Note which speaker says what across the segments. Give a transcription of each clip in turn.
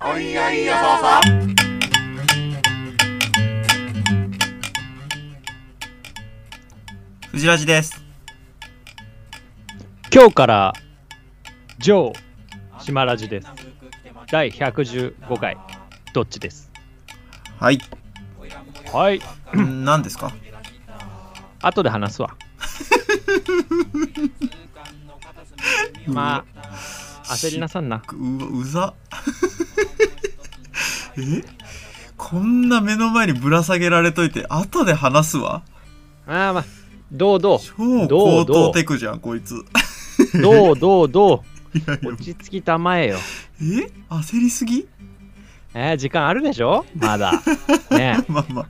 Speaker 1: おいおいよそうそう
Speaker 2: 藤ラジです。
Speaker 3: 今日から、ジョー、島ラジです。第115回、どっちです。
Speaker 2: はい。
Speaker 3: はい。
Speaker 2: ん何ですか
Speaker 3: 後で話すわ。まあ、焦りなさんな。
Speaker 2: ううざ えこんな目の前にぶら下げられといて後で話すわ
Speaker 3: まあまあ、どうど
Speaker 2: 超
Speaker 3: ど
Speaker 2: 高
Speaker 3: うど
Speaker 2: 等
Speaker 3: う
Speaker 2: テクじゃんこいつ
Speaker 3: う、どうどうど、
Speaker 2: いやいうや
Speaker 3: 落ち着きたまえよ。
Speaker 2: え焦りすぎ
Speaker 3: えー、時間あるでしょまだ。ねえ
Speaker 2: まあまあ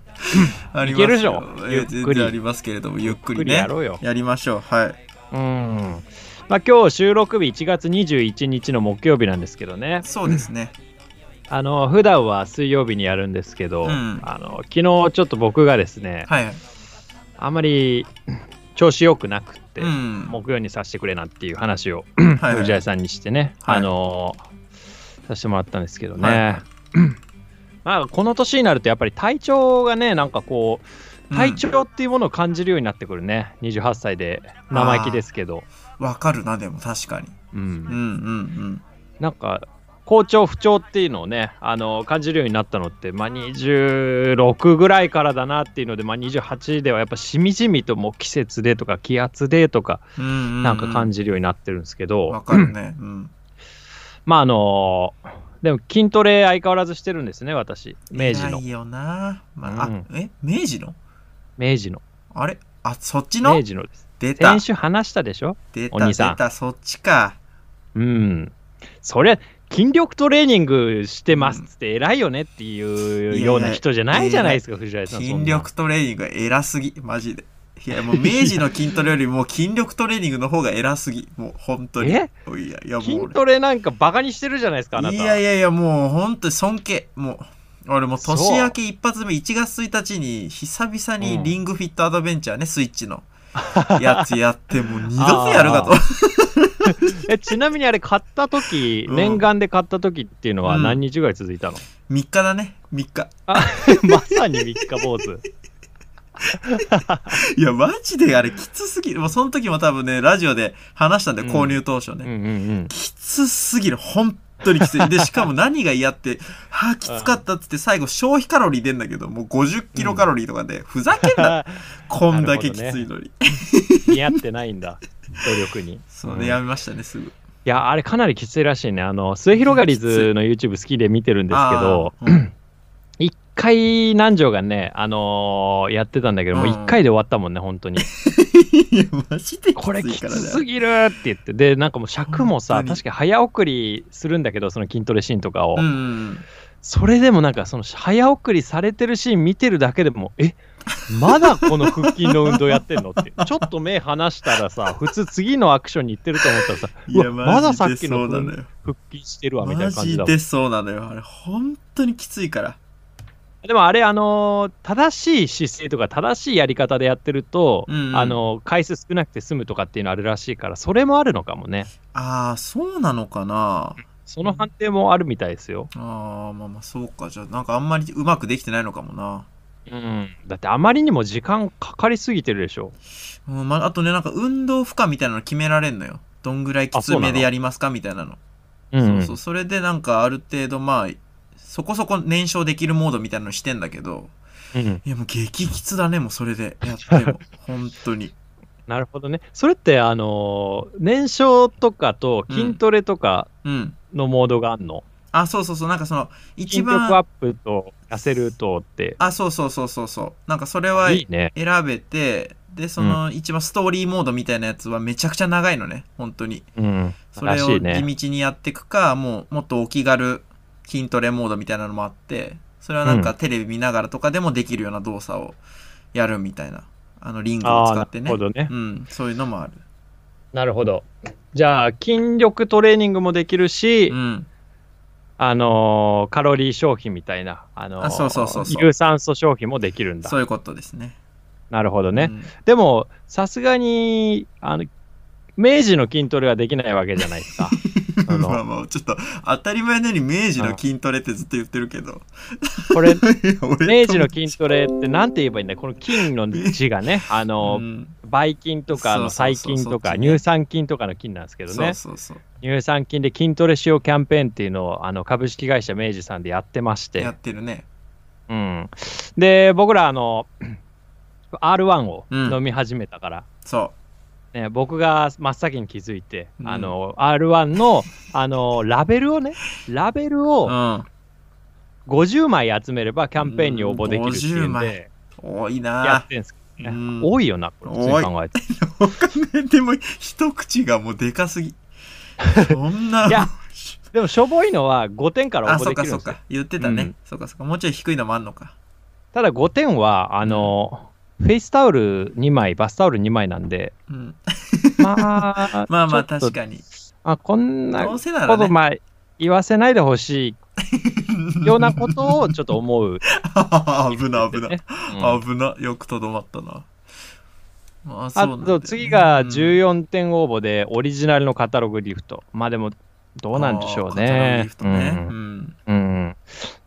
Speaker 2: ありますよ
Speaker 3: いけるでしょ
Speaker 2: え
Speaker 3: ゆっくり
Speaker 2: 全然ありますけれどもゆっく
Speaker 3: ゆっく
Speaker 2: り
Speaker 3: り
Speaker 2: ね
Speaker 3: やろうよ。
Speaker 2: やりましょうはい
Speaker 3: うん。まあ今日収録日1月21日の木曜日なんですけどね。
Speaker 2: そうですね
Speaker 3: あの普段は水曜日にやるんですけど、
Speaker 2: うん
Speaker 3: あの昨日ちょっと僕がですね、
Speaker 2: はいはい
Speaker 3: あんまり調子良くなくって、
Speaker 2: うん
Speaker 3: 木曜にさせてくれなっていう話を
Speaker 2: はいはい
Speaker 3: 藤井さんにしてね、
Speaker 2: はい
Speaker 3: あのさせてもらったんですけどね、
Speaker 2: は
Speaker 3: まあこの年になるとやっぱり体調がねなんかこう体調っていうものを感じるようになってくるね、28歳で生意気ですけど、
Speaker 2: わかるなでも確かに
Speaker 3: う
Speaker 2: うん
Speaker 3: ん、
Speaker 2: うん
Speaker 3: なんか好調不調っていうのをねあの感じるようになったのって、まあ、26ぐらいからだなっていうので、まあ、28ではやっぱしみじみともう季節でとか気圧でとか
Speaker 2: うんうん
Speaker 3: なんか感
Speaker 2: じ
Speaker 3: じるようになってるんですけど、
Speaker 2: わかるねうん
Speaker 3: まああのでも筋トレ相変わらずしてるんですね私明治
Speaker 2: 偉
Speaker 3: の
Speaker 2: いよな、まああ
Speaker 3: うん
Speaker 2: え明治の
Speaker 3: 明治の
Speaker 2: あれあそっちの
Speaker 3: 明治のです
Speaker 2: 出た
Speaker 3: 先週話したでしょ
Speaker 2: 出
Speaker 3: お
Speaker 2: た出
Speaker 3: 兄さん
Speaker 2: たそっちか
Speaker 3: うんそりゃ筋力トレーニングしてますっつって偉いよねっていうような人じゃないじゃないですか、藤原さん。そんな
Speaker 2: 筋力トレーニングが偉すぎマジでいやもう明治の筋トレよりも筋力トレーニングの方が偉すぎもう本当に
Speaker 3: え
Speaker 2: いやいやもう
Speaker 3: 筋
Speaker 2: 俺
Speaker 3: トレなんかバカにしてるじゃないですか、あなた。
Speaker 2: いやいやいやもう本当に尊敬もう俺もう
Speaker 3: そう
Speaker 2: 年明け一発目1月1日に久々にリングフィットアドベンチャーね、スイッ チのやつやってもう二度とやるかと
Speaker 3: あえちなみにあれ、買った時、
Speaker 2: うん
Speaker 3: 念願で買った時っていうのは
Speaker 2: うん
Speaker 3: 何日ぐらい続いた の、
Speaker 2: 3日だね3日
Speaker 3: まさに三日坊主。
Speaker 2: いや、マジであれきつすぎる。もうその時も多分ね、ラジオで話したんで、
Speaker 3: うん
Speaker 2: 購入当初
Speaker 3: うん
Speaker 2: ね。
Speaker 3: うん うん。
Speaker 2: きつすぎる。本当にき つい。で、しかも何が嫌って、はあ、きつかったっつって最後消費カロリー出んだけど、もう50キロカロリーとかで、ふざけん な。こんだけきついのに。
Speaker 3: 似合ってないんだ、努力に。
Speaker 2: そう
Speaker 3: うん
Speaker 2: ね、やめましたね、すぐ。
Speaker 3: いや、あれかなりきついらしいね。あの、末広がりずの YouTube 好きで見てるんですけど、
Speaker 2: あー、うん
Speaker 3: 一回南條がね、あのーやってたんだけど、もう一回で終わったもんね、本 当に。
Speaker 2: いや、マジできつい
Speaker 3: これき
Speaker 2: からね
Speaker 3: つ。すぎるって言って、で、なんかもう尺も
Speaker 2: 本
Speaker 3: さ、
Speaker 2: 当に
Speaker 3: 確か早送りするんだけど、その筋トレシーンとかを。
Speaker 2: うん。
Speaker 3: それでもなんかその早送りされてるシーン見てるだけでもえまだこの腹筋の運動やってんのって ちょっと目離したらさ普通次のアクションに行ってると思ったらさ
Speaker 2: いや、
Speaker 3: うわまだ
Speaker 2: マ
Speaker 3: さ
Speaker 2: ジ
Speaker 3: っ
Speaker 2: で
Speaker 3: き
Speaker 2: そ
Speaker 3: の
Speaker 2: うなのよ。
Speaker 3: 腹筋してるわみたい
Speaker 2: マ
Speaker 3: な感じ
Speaker 2: ジ
Speaker 3: だわ
Speaker 2: でそうなのよ。あれ、本当にきついから。
Speaker 3: でもあれあのー正しい姿勢とか正しいやり方でやってると、
Speaker 2: うんうん
Speaker 3: あのー回数少なくて済むとかっていうのあるらしいからそれもあるのかもね
Speaker 2: ああ、そうなのかな。
Speaker 3: その判定もあるみたいですよ、
Speaker 2: ああまあまあそうかじゃあなんかあんまりうまくできてないのかもな、
Speaker 3: うん、だってあまりにも時間かかりすぎてるでしょ
Speaker 2: うんまあ、あとねなんか運動負荷みたいなの決められんのよどんぐらいき
Speaker 3: あ
Speaker 2: つ
Speaker 3: そうな
Speaker 2: め
Speaker 3: の
Speaker 2: でやりますかみたいなの
Speaker 3: う
Speaker 2: そ
Speaker 3: ん
Speaker 2: うそうそれでなんかある程度まあそこそこ燃焼できるモードみたいなのしてんだけど
Speaker 3: うん
Speaker 2: いやもう激きつだねもうそれでやって も本当に
Speaker 3: なるほどね。それって、あのー燃焼とかと筋トレとか
Speaker 2: うん
Speaker 3: のモードがあるの、
Speaker 2: あそうそうそうなんかその一
Speaker 3: 筋力ア
Speaker 2: 番
Speaker 3: ップと痩せるとって。
Speaker 2: あそうそうそうそうそうなんかそれはい
Speaker 3: いね。
Speaker 2: 選べてでその一番ストーリーモードみたいなやつはめちゃくちゃ長いのね本当に
Speaker 3: うん。
Speaker 2: それ
Speaker 3: ら
Speaker 2: を
Speaker 3: しいね。
Speaker 2: 地道にやっていくか、もうもっとお気軽筋トレモードみたいなのもあって、それはなんかテレビ見ながらとかでもできるような動作をやるみたいな、あのリングを
Speaker 3: ああ、
Speaker 2: 使
Speaker 3: な
Speaker 2: って
Speaker 3: る
Speaker 2: ね
Speaker 3: ほ。どね。
Speaker 2: うん、そういうのもある。
Speaker 3: なるほど。じゃあ、筋力トレーニングもできるし、
Speaker 2: うん、
Speaker 3: あのーカロリー消費みたいな、あのー
Speaker 2: あそうそうそうそう
Speaker 3: 有酸素消費もできるんだ
Speaker 2: そ。ういうことですね。
Speaker 3: なるほどね。
Speaker 2: うん
Speaker 3: でも、さすがに、あの、明治の筋トレはできないわけじゃないです か。あ
Speaker 2: まあ
Speaker 3: の
Speaker 2: まあ、ちょっと当たり前のように明治の筋トレってずっと言ってるけど。
Speaker 3: これ
Speaker 2: 明
Speaker 3: 明治の筋トレってなんて言えばいいんだこの筋の字 がね、あの、ばい菌とかあの
Speaker 2: そうそう
Speaker 3: 細
Speaker 2: そう
Speaker 3: 菌と
Speaker 2: そ
Speaker 3: か
Speaker 2: っちね
Speaker 3: 乳酸菌とかの菌なんですけど
Speaker 2: そ
Speaker 3: ね
Speaker 2: う、そうそう。
Speaker 3: 乳酸菌で筋トレしようキャンペーンっていうのをあの株式会社明治さんでやってまし
Speaker 2: や
Speaker 3: て
Speaker 2: っ、てるね。
Speaker 3: うん、で、僕らあの、R1 を
Speaker 2: うん
Speaker 3: 飲み始めたから、
Speaker 2: そ
Speaker 3: ね、僕が真っ先に気づいて、
Speaker 2: うん
Speaker 3: あの R1 のあのラベルをね、ラベル
Speaker 2: う。う
Speaker 3: を
Speaker 2: ん。
Speaker 3: 50枚集めればキャンペーンに応募できるっていうん
Speaker 2: 50
Speaker 3: で
Speaker 2: 枚多い
Speaker 3: やっ
Speaker 2: な
Speaker 3: てんすけどね、
Speaker 2: うん
Speaker 3: 多いよな、これ普通に考えて。
Speaker 2: お金 でも一口がもうでかすぎ。そんな。
Speaker 3: いやでもしょぼいのは5点か ら
Speaker 2: あ、
Speaker 3: 応募
Speaker 2: そっ
Speaker 3: でき
Speaker 2: か
Speaker 3: るん
Speaker 2: そ
Speaker 3: で
Speaker 2: っ
Speaker 3: すよ
Speaker 2: か。言ってたね。
Speaker 3: うん
Speaker 2: そっかそっか。もうちょい低いのもあんのか。
Speaker 3: ただ5点はあの、フェイスタオル2枚バスタオル2枚な んで
Speaker 2: うん。
Speaker 3: まあ
Speaker 2: まあまあ、
Speaker 3: ちょっと
Speaker 2: 確かに。
Speaker 3: あこんな
Speaker 2: どう
Speaker 3: こ
Speaker 2: せなら
Speaker 3: と、
Speaker 2: ね。
Speaker 3: まあ言わせないでほし いようなことをちょっと思う、
Speaker 2: 危な危な。
Speaker 3: うん
Speaker 2: 危な。よくとどまったな。まあ、そう
Speaker 3: あ
Speaker 2: なんだよ
Speaker 3: と
Speaker 2: ね
Speaker 3: 次が14点応募でオリジナルのカタログギフトまあでもどうなんでしょう
Speaker 2: あーカタログ
Speaker 3: ね
Speaker 2: ギフトね。
Speaker 3: う
Speaker 2: うんん。
Speaker 3: うん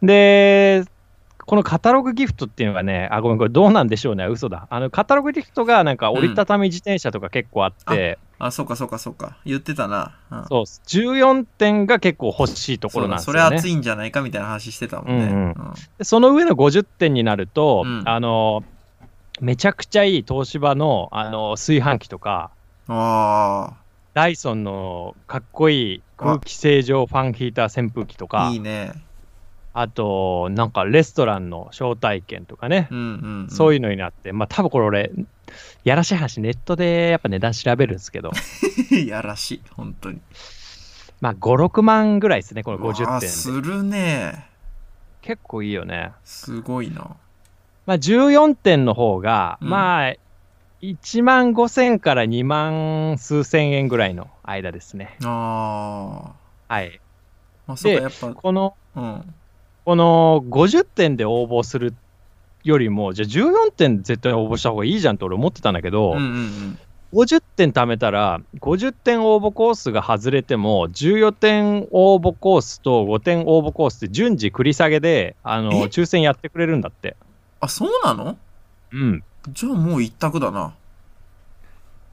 Speaker 3: でこのカタログギフトっていうのがね、あ、ごめん、これどうなんでしょうね、嘘だ。あの、カタログギフトがなんか折りたたみ自転車とか結構あって、
Speaker 2: あ、そうかそうかそうか。言ってたな。うん
Speaker 3: そうっす14点が結構欲しいところなんで
Speaker 2: そ
Speaker 3: すよ
Speaker 2: れ
Speaker 3: ね。
Speaker 2: 熱いんじゃないかみたいな話してたもんね。
Speaker 3: う
Speaker 2: うん
Speaker 3: うん
Speaker 2: ん
Speaker 3: でその上の50点になると、
Speaker 2: うん
Speaker 3: あのめちゃくちゃいい東芝のあの炊飯器とか
Speaker 2: あ
Speaker 3: ダイソンのかっこいい空気清浄ファンヒーター扇風機と
Speaker 2: あ、
Speaker 3: か
Speaker 2: いいね。
Speaker 3: あとなんかレストランの招待券とかね、
Speaker 2: うんうん、うん。
Speaker 3: そう
Speaker 2: い
Speaker 3: いうのになってまあ多分これ俺やらしい話ネットでやっぱ値段調べるんで すけど
Speaker 2: う。やら しい、本当に。
Speaker 3: まあ56万ぐらいですねこの
Speaker 2: うわ
Speaker 3: 50
Speaker 2: あす
Speaker 3: 点で
Speaker 2: るね。
Speaker 3: 結構いいよね
Speaker 2: すごいな。
Speaker 3: まあ、14点の方が、
Speaker 2: うん
Speaker 3: まあ、1万5千から2万数千円ぐらいの間ですね。
Speaker 2: ああ。
Speaker 3: はい。
Speaker 2: まあ、そう
Speaker 3: で
Speaker 2: か、やっぱ、
Speaker 3: この、
Speaker 2: うん。
Speaker 3: この50点で応募するよりも、じゃあ14点絶対応募した方がいいじゃんって俺思ってたんだけど、
Speaker 2: うんうんうん。
Speaker 3: 50点貯めたら、50点応募コースが外れても、14点応募コースと5点応募コースって順次繰り下げで、あの、
Speaker 2: え
Speaker 3: 抽選やってくれるんだって。
Speaker 2: あ、そうなの
Speaker 3: うん。
Speaker 2: じゃあもう一択だな。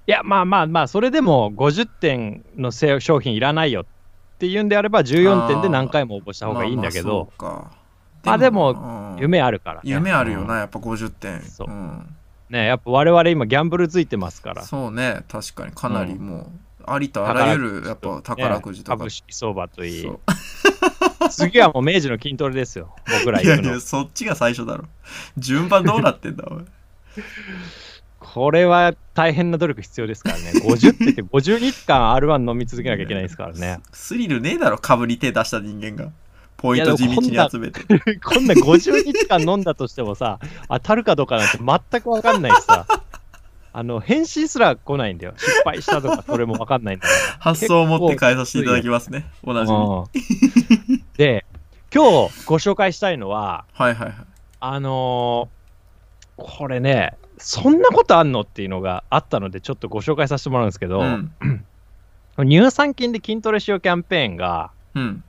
Speaker 3: いや、まあまあまあ、それでも50点のせ商品いらないよっていうんであれば、14点で何回も応募した方がいいんだけど、
Speaker 2: まあまあそうか
Speaker 3: まあでも
Speaker 2: うん
Speaker 3: 夢あるから、ね。
Speaker 2: 夢あるよ
Speaker 3: うん
Speaker 2: な、やっぱ50点。、
Speaker 3: そうんね、やっぱ我々今、ギャンブルついてますから。
Speaker 2: そうね、確かに、かなりもう、ありとあらゆる、やっぱ宝くじと
Speaker 3: ね
Speaker 2: か。
Speaker 3: 株式相場といい
Speaker 2: そう。
Speaker 3: 次はもう明治の筋トレですよ、僕ら
Speaker 2: いや
Speaker 3: 行く
Speaker 2: い
Speaker 3: の
Speaker 2: や、。そっちが最初だろ。順番どうなってんだ、おい。
Speaker 3: これは大変な努力必要ですからね。50って言って50日間 R1 飲み続けなきゃいけないですからね。
Speaker 2: スリルねえだろ、かぶり手出した人間が。ポイント地道に集めて。
Speaker 3: こんな50日間飲んだとしてもさ、当たるかどうかなんて全く分かんないしさ、あの返信すら来ないんだよ。失敗したとか、それも分かんないんだか
Speaker 2: 発想を持って返させていただきますね。お
Speaker 3: ら。
Speaker 2: なじみ。はい
Speaker 3: うんで、今日ご紹介したいのは、
Speaker 2: はいはい。
Speaker 3: あのーこれね、そんなことあんのっていうのがあったので、ちょっとご紹介させてもらうんですけど、
Speaker 2: うん。
Speaker 3: 乳酸菌で筋トレしようキャンペーンが、
Speaker 2: うん。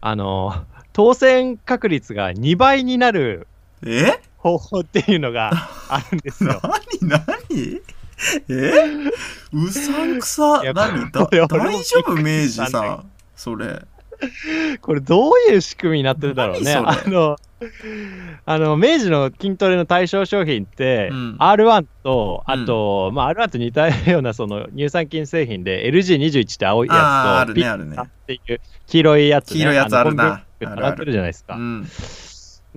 Speaker 3: あのー当選確率が2倍になる
Speaker 2: え
Speaker 3: 方法っていうのがあるんですよ
Speaker 2: 何。何えうさんくさ
Speaker 3: いや
Speaker 2: 何だ
Speaker 3: これ
Speaker 2: 大
Speaker 3: 俺もびっくり
Speaker 2: 丈夫明治
Speaker 3: したんだけど
Speaker 2: さんそれ
Speaker 3: これどういう仕組みになってるだろうね。
Speaker 2: 何
Speaker 3: あ
Speaker 2: そ
Speaker 3: の、あの、明治の筋トレの対象商品って、
Speaker 2: うん
Speaker 3: R1 と、あと、まあ R1 と似たようなその乳酸菌製品で LG21 って青いやつと、
Speaker 2: ああーあるねあるね
Speaker 3: P っていう黄色いやつ、ね、
Speaker 2: 黄色いやつあるな
Speaker 3: あの
Speaker 2: あ
Speaker 3: コンビニで
Speaker 2: るある
Speaker 3: 並んでるじゃないですか。
Speaker 2: うん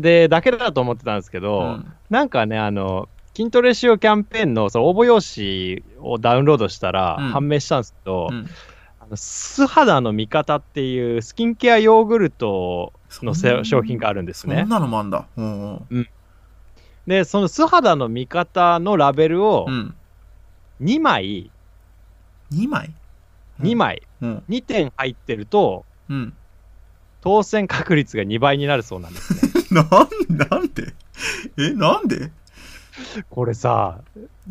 Speaker 3: で、だけだと思ってたんですけど、
Speaker 2: うん
Speaker 3: なんかね、あの、筋トレしようキャンペーンのその応募用紙をダウンロードしたら
Speaker 2: うん
Speaker 3: 判明したんですけど、
Speaker 2: うん
Speaker 3: あの素肌の味方っていうスキンケアヨーグルトのせ商品があるんです
Speaker 2: そ
Speaker 3: ね
Speaker 2: ん。なのもあんだうんうん
Speaker 3: で、その素肌の味方のラベルを
Speaker 2: うん
Speaker 3: 2枚、
Speaker 2: 2枚
Speaker 3: 2枚、
Speaker 2: うん
Speaker 3: 2点入ってると、
Speaker 2: うん
Speaker 3: 当選確率が2倍になるそうなんです ね。
Speaker 2: なんなんでえなんで
Speaker 3: これさ、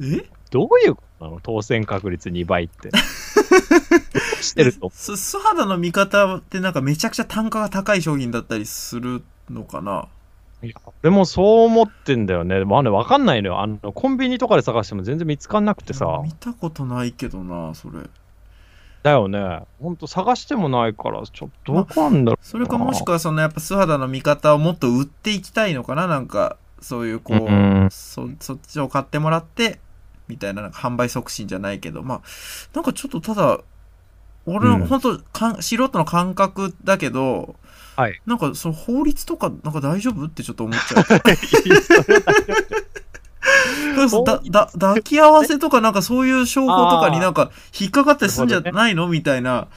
Speaker 2: え
Speaker 3: どういうことなの当選確率2 倍って。どうしてると
Speaker 2: す素肌の見方ってなんかめちゃくちゃ単価が高い商品だったりするのかない
Speaker 3: や俺もそう思ってんだよね。まあね、わかんないのよ。あの、コンビニとかで探しても全然見つかんなくてさ。
Speaker 2: 見たことないけどなそれ
Speaker 3: だよね。ほんと探してもないから、ちょっとどこなんだろ
Speaker 2: それかもしくはそのやっぱ素肌の見方をもっと売っていきたいのかななんかそういうこう、
Speaker 3: うん
Speaker 2: そそっちを買ってもらってみたいななんか販売促進じゃないけどまあなんかちょっとただ俺
Speaker 3: うん
Speaker 2: の本当かん素人の感覚だけど、
Speaker 3: はい
Speaker 2: なんかその法律とかなんか大丈夫ってちょっと思っ ちゃうそうだだ抱き合わせとかなんかそういう証拠とかになんか引っかかったりすんじゃないのみたいな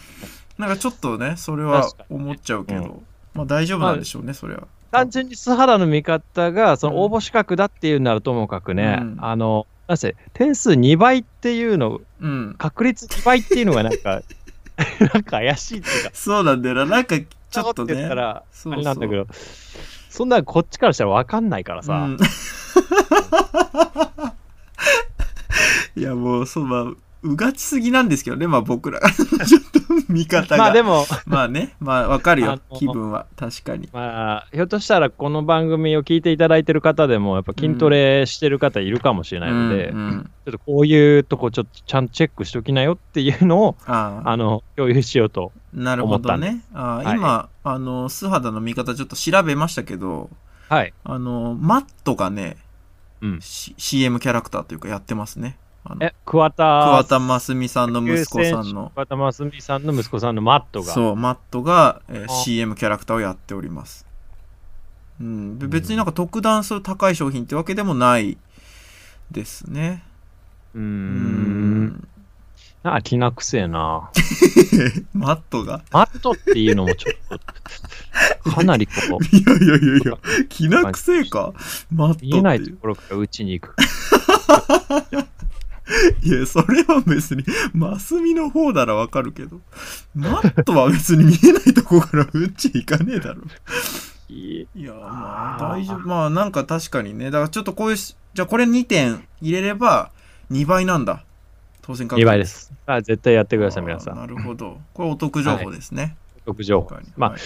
Speaker 2: なんかちょっとねそれは
Speaker 3: 確か
Speaker 2: 思っちゃうけど、
Speaker 3: う
Speaker 2: まあ大丈夫なんでしょうねそれは。
Speaker 3: う。単純に素肌の見方が、その応募資格だっていうならともかくね、
Speaker 2: うん
Speaker 3: あの、なんせ、点数2倍っていうの、
Speaker 2: うん。
Speaker 3: 確率2倍っていうのがなんか、 なんか怪しいっていうか、
Speaker 2: そうなんだよな。なんかち
Speaker 3: ち
Speaker 2: ょっと
Speaker 3: 言
Speaker 2: ね
Speaker 3: った。ら、
Speaker 2: そうそう
Speaker 3: あれなんだけど、そんなんこっちからしたらわかんないからさ。
Speaker 2: うん いやもうそうまあうがちすぎなんですけどねまあ僕ら ちょっと見方が
Speaker 3: ま
Speaker 2: ま
Speaker 3: あ
Speaker 2: あ
Speaker 3: でも、
Speaker 2: ねまあわかるよ
Speaker 3: あの
Speaker 2: 気分は確かに
Speaker 3: まあ、ひょっとしたらこの番組を聞いていただいてる方でも、やっぱ筋トレしてる方いるかもしれないので、
Speaker 2: うんうん
Speaker 3: ちょっとこういうとこちょっとちゃんとチェックしときなよっていうのを、
Speaker 2: ああ
Speaker 3: あの、共有しようと。
Speaker 2: なるほどねああ
Speaker 3: はい
Speaker 2: 今、あの素肌の見方ちょっと調べましたけど
Speaker 3: はい。
Speaker 2: あのマットがね、
Speaker 3: うん。
Speaker 2: C- CM キャラクターというかやってますねあの
Speaker 3: え、桑田
Speaker 2: 桑、田真澄さんの息子さんの
Speaker 3: 桑田真澄さんの息子さんのマットが。
Speaker 2: そう、マットが、えー
Speaker 3: あ
Speaker 2: CM キャラクターをやっております。うん、で別になんか特段そういう高い商品ってわけでもないですね。
Speaker 3: うー。。
Speaker 2: うん
Speaker 3: なんか気なくせえな。
Speaker 2: マットが
Speaker 3: マットっていうのもちょっと、 かなりこう、
Speaker 2: いやいやいやいや、気なくせえか。マッ
Speaker 3: 見え
Speaker 2: ト
Speaker 3: な
Speaker 2: っ
Speaker 3: い
Speaker 2: てい
Speaker 3: と
Speaker 2: う。
Speaker 3: ころからうちに行く。
Speaker 2: いや、それは別に、マスミの方ならわかるけど、マットは別に見えないとこからうんち行かねえだろ。いや、まあ、
Speaker 3: あー
Speaker 2: 大丈夫。まあ、なんか確かにね。だからちょっとこういうし、じゃあこれ2点入れれば2倍なんだ。当選確。
Speaker 3: 2倍ですす。あ絶対やってください、
Speaker 2: あー
Speaker 3: 皆さん。
Speaker 2: なるほど。これお得情報ですね。
Speaker 3: 特情報
Speaker 2: 確かに
Speaker 3: まあ
Speaker 2: はい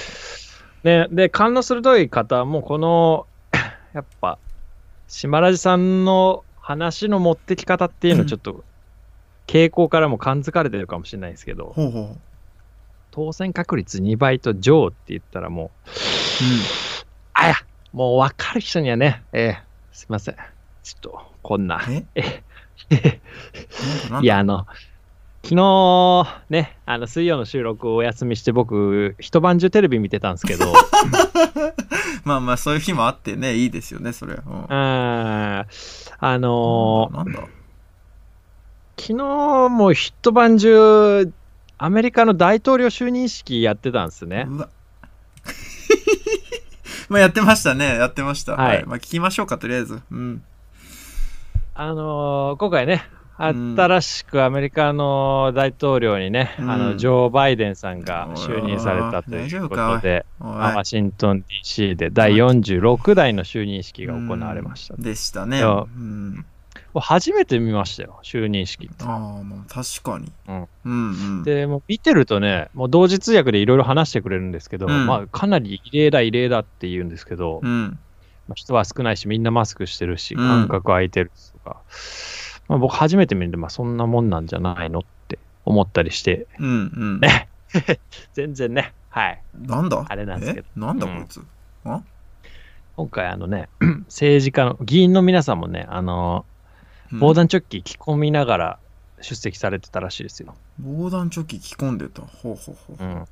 Speaker 3: ね、で、勘の鋭い方も、この、 やっぱ、島ラジさんの話の持ってき方っていう
Speaker 2: う
Speaker 3: の、
Speaker 2: ん
Speaker 3: ちょっと、傾向からも感づかれてるかもしれないですけど、
Speaker 2: ほうほう。うん。
Speaker 3: 当選確率2倍と上って言ったらもう、あや、もう分かる人にはね、えーすいません。ちょっと、こんな、
Speaker 2: え
Speaker 3: え、
Speaker 2: なんだなんだ
Speaker 3: いや、あの、昨日、ね、あの、水曜の収録をお休みして、僕、一晩中テレビ見てたんです けど、
Speaker 2: まあまあ、そういう日もあってね、いいですよね、それ。うん。なんだ
Speaker 3: あーあのー
Speaker 2: なんだ
Speaker 3: 昨日も一晩中、アメリカの大統領就任式やってたんですね。
Speaker 2: うわ。 まあ、やってましたね。やってました。
Speaker 3: は
Speaker 2: はいい。まあ、聞きましょうか、とりあえず。うん。
Speaker 3: あのー今回ね、
Speaker 2: うん
Speaker 3: 新しくアメリカの大統領にね、
Speaker 2: うん
Speaker 3: あのジョー・バイデンさんが就任されたということで、
Speaker 2: お
Speaker 3: まあワ
Speaker 2: い。
Speaker 3: シントン DC で第46代の就任式が行われました。
Speaker 2: うん
Speaker 3: も
Speaker 2: でしたね。
Speaker 3: いうや
Speaker 2: ん。
Speaker 3: う初めて見ましたよ、就任式って。
Speaker 2: ああ、まあ、確かに。
Speaker 3: うん。
Speaker 2: うん、うん。
Speaker 3: で、もう見てるとね、もう同時通訳でいろいろ話してくれるんですけど、
Speaker 2: うん
Speaker 3: まあかなり異例だ異例だって言うんですけど、
Speaker 2: うん。
Speaker 3: まあ人は少ないし、みんなマスクしてるし、
Speaker 2: うん
Speaker 3: 間隔空いてるしとか、まあ僕初めて見るんで、まあそんなもんなんじゃないのって思ったりして、
Speaker 2: うん。うん。
Speaker 3: 全然ね、はい。
Speaker 2: なんだ
Speaker 3: あれなんですけど
Speaker 2: えなんだ
Speaker 3: うん
Speaker 2: こいつ。
Speaker 3: 今回あのね、 政治家の、議員の皆さんもね、あの、
Speaker 2: うん
Speaker 3: 防弾チョッキ着込みながら出席されてたらしいですよ。
Speaker 2: 防弾チョッキ着込んでた。ほうほうほう。
Speaker 3: うん。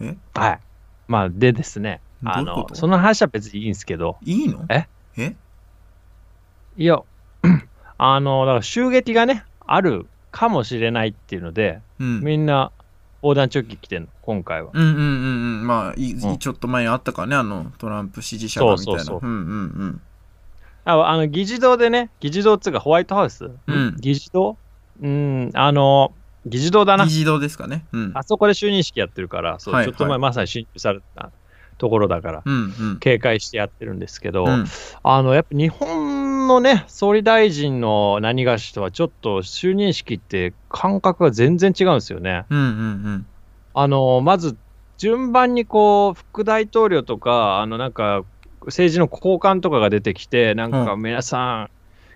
Speaker 2: え
Speaker 3: はい。まあでですね、
Speaker 2: どう
Speaker 3: あ
Speaker 2: いうこ
Speaker 3: の、
Speaker 2: と
Speaker 3: その話は別にいいんですけど、
Speaker 2: いいの
Speaker 3: え
Speaker 2: え
Speaker 3: いや、 あの、だから襲撃がね、あるかもしれないっていうので、
Speaker 2: うん。
Speaker 3: みんな防弾チョッキ着てんの、今回は。
Speaker 2: うんうんうんうん。まあ、い
Speaker 3: うん
Speaker 2: ちょっと前にあったかね、あの、トランプ支持者がみたいな。
Speaker 3: そうそうそうん
Speaker 2: うん
Speaker 3: ああの、議事堂でね、議事堂っつうかホワイトハウス、
Speaker 2: うん
Speaker 3: 議事堂うん、あの、議事堂だ
Speaker 2: うん。
Speaker 3: な
Speaker 2: 議。事堂ですかね。うん。
Speaker 3: あそこで就任式やってるから、そう
Speaker 2: はい
Speaker 3: ちょっと前、
Speaker 2: はい
Speaker 3: まさに侵入されたところだから、
Speaker 2: うんうん。
Speaker 3: 警戒してやってるんですけど、
Speaker 2: うん
Speaker 3: あの、やっぱ日本のね、総理大臣の何がしとはちょっと就任式って感覚が全然違うんですよね。
Speaker 2: うんうん
Speaker 3: あの、まず順番にこう、副大統領とか、あのなんか政治の高官とかが出てきて、なんか
Speaker 2: う
Speaker 3: 皆さん、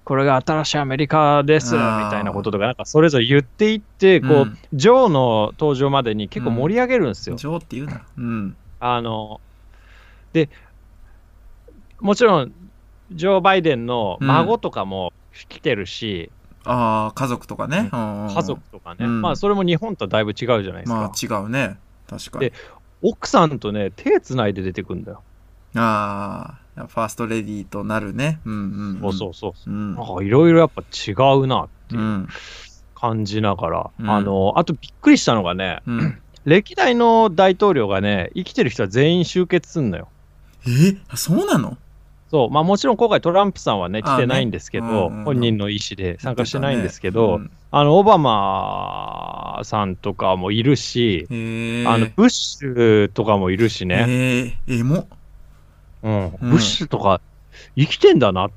Speaker 3: これが新しいアメリカですみ
Speaker 2: あー
Speaker 3: たいなこととか、なんかそれぞれ言っていって、こ
Speaker 2: う、
Speaker 3: うんジョーの登場までに結構盛り上げるんです
Speaker 2: う
Speaker 3: よ
Speaker 2: ん。。女王って言うな。うん。
Speaker 3: あの、で、もちろん、ジョー・バイデンの孫とかも来てるし、
Speaker 2: ああ、家族とかね。
Speaker 3: 家
Speaker 2: 家
Speaker 3: 族とかね、
Speaker 2: うん
Speaker 3: まあそれも日本とはだいぶ違うじゃないですか。
Speaker 2: まあ違うね。確かに
Speaker 3: で。奥さんとね、手つないで出てくんだよ。
Speaker 2: ああ、ファーストレディーとなるね。うんうん、うん。。
Speaker 3: そうそうそうそう
Speaker 2: ん。
Speaker 3: なんかいろいろやっぱ違うなって
Speaker 2: う。
Speaker 3: いうん感じながら、
Speaker 2: うん
Speaker 3: あの、あとびっくりしたのがね、
Speaker 2: うん、
Speaker 3: 歴代の大統領がね、生きてる人は全員集結すんのよ。
Speaker 2: えあそうなの
Speaker 3: そう、まあもちろん今回トランプさんはね、来
Speaker 2: あー
Speaker 3: て
Speaker 2: ね
Speaker 3: ないんですけど、
Speaker 2: うんうんうん
Speaker 3: 本人の意思で参加してないんですけど、
Speaker 2: うん
Speaker 3: あの、オバマさんとかもいるし、
Speaker 2: へえ。
Speaker 3: あの、ブッシュとかもいるしね、
Speaker 2: ええエモ。
Speaker 3: う、
Speaker 2: うんん
Speaker 3: ブッシュとか生きてんだなっ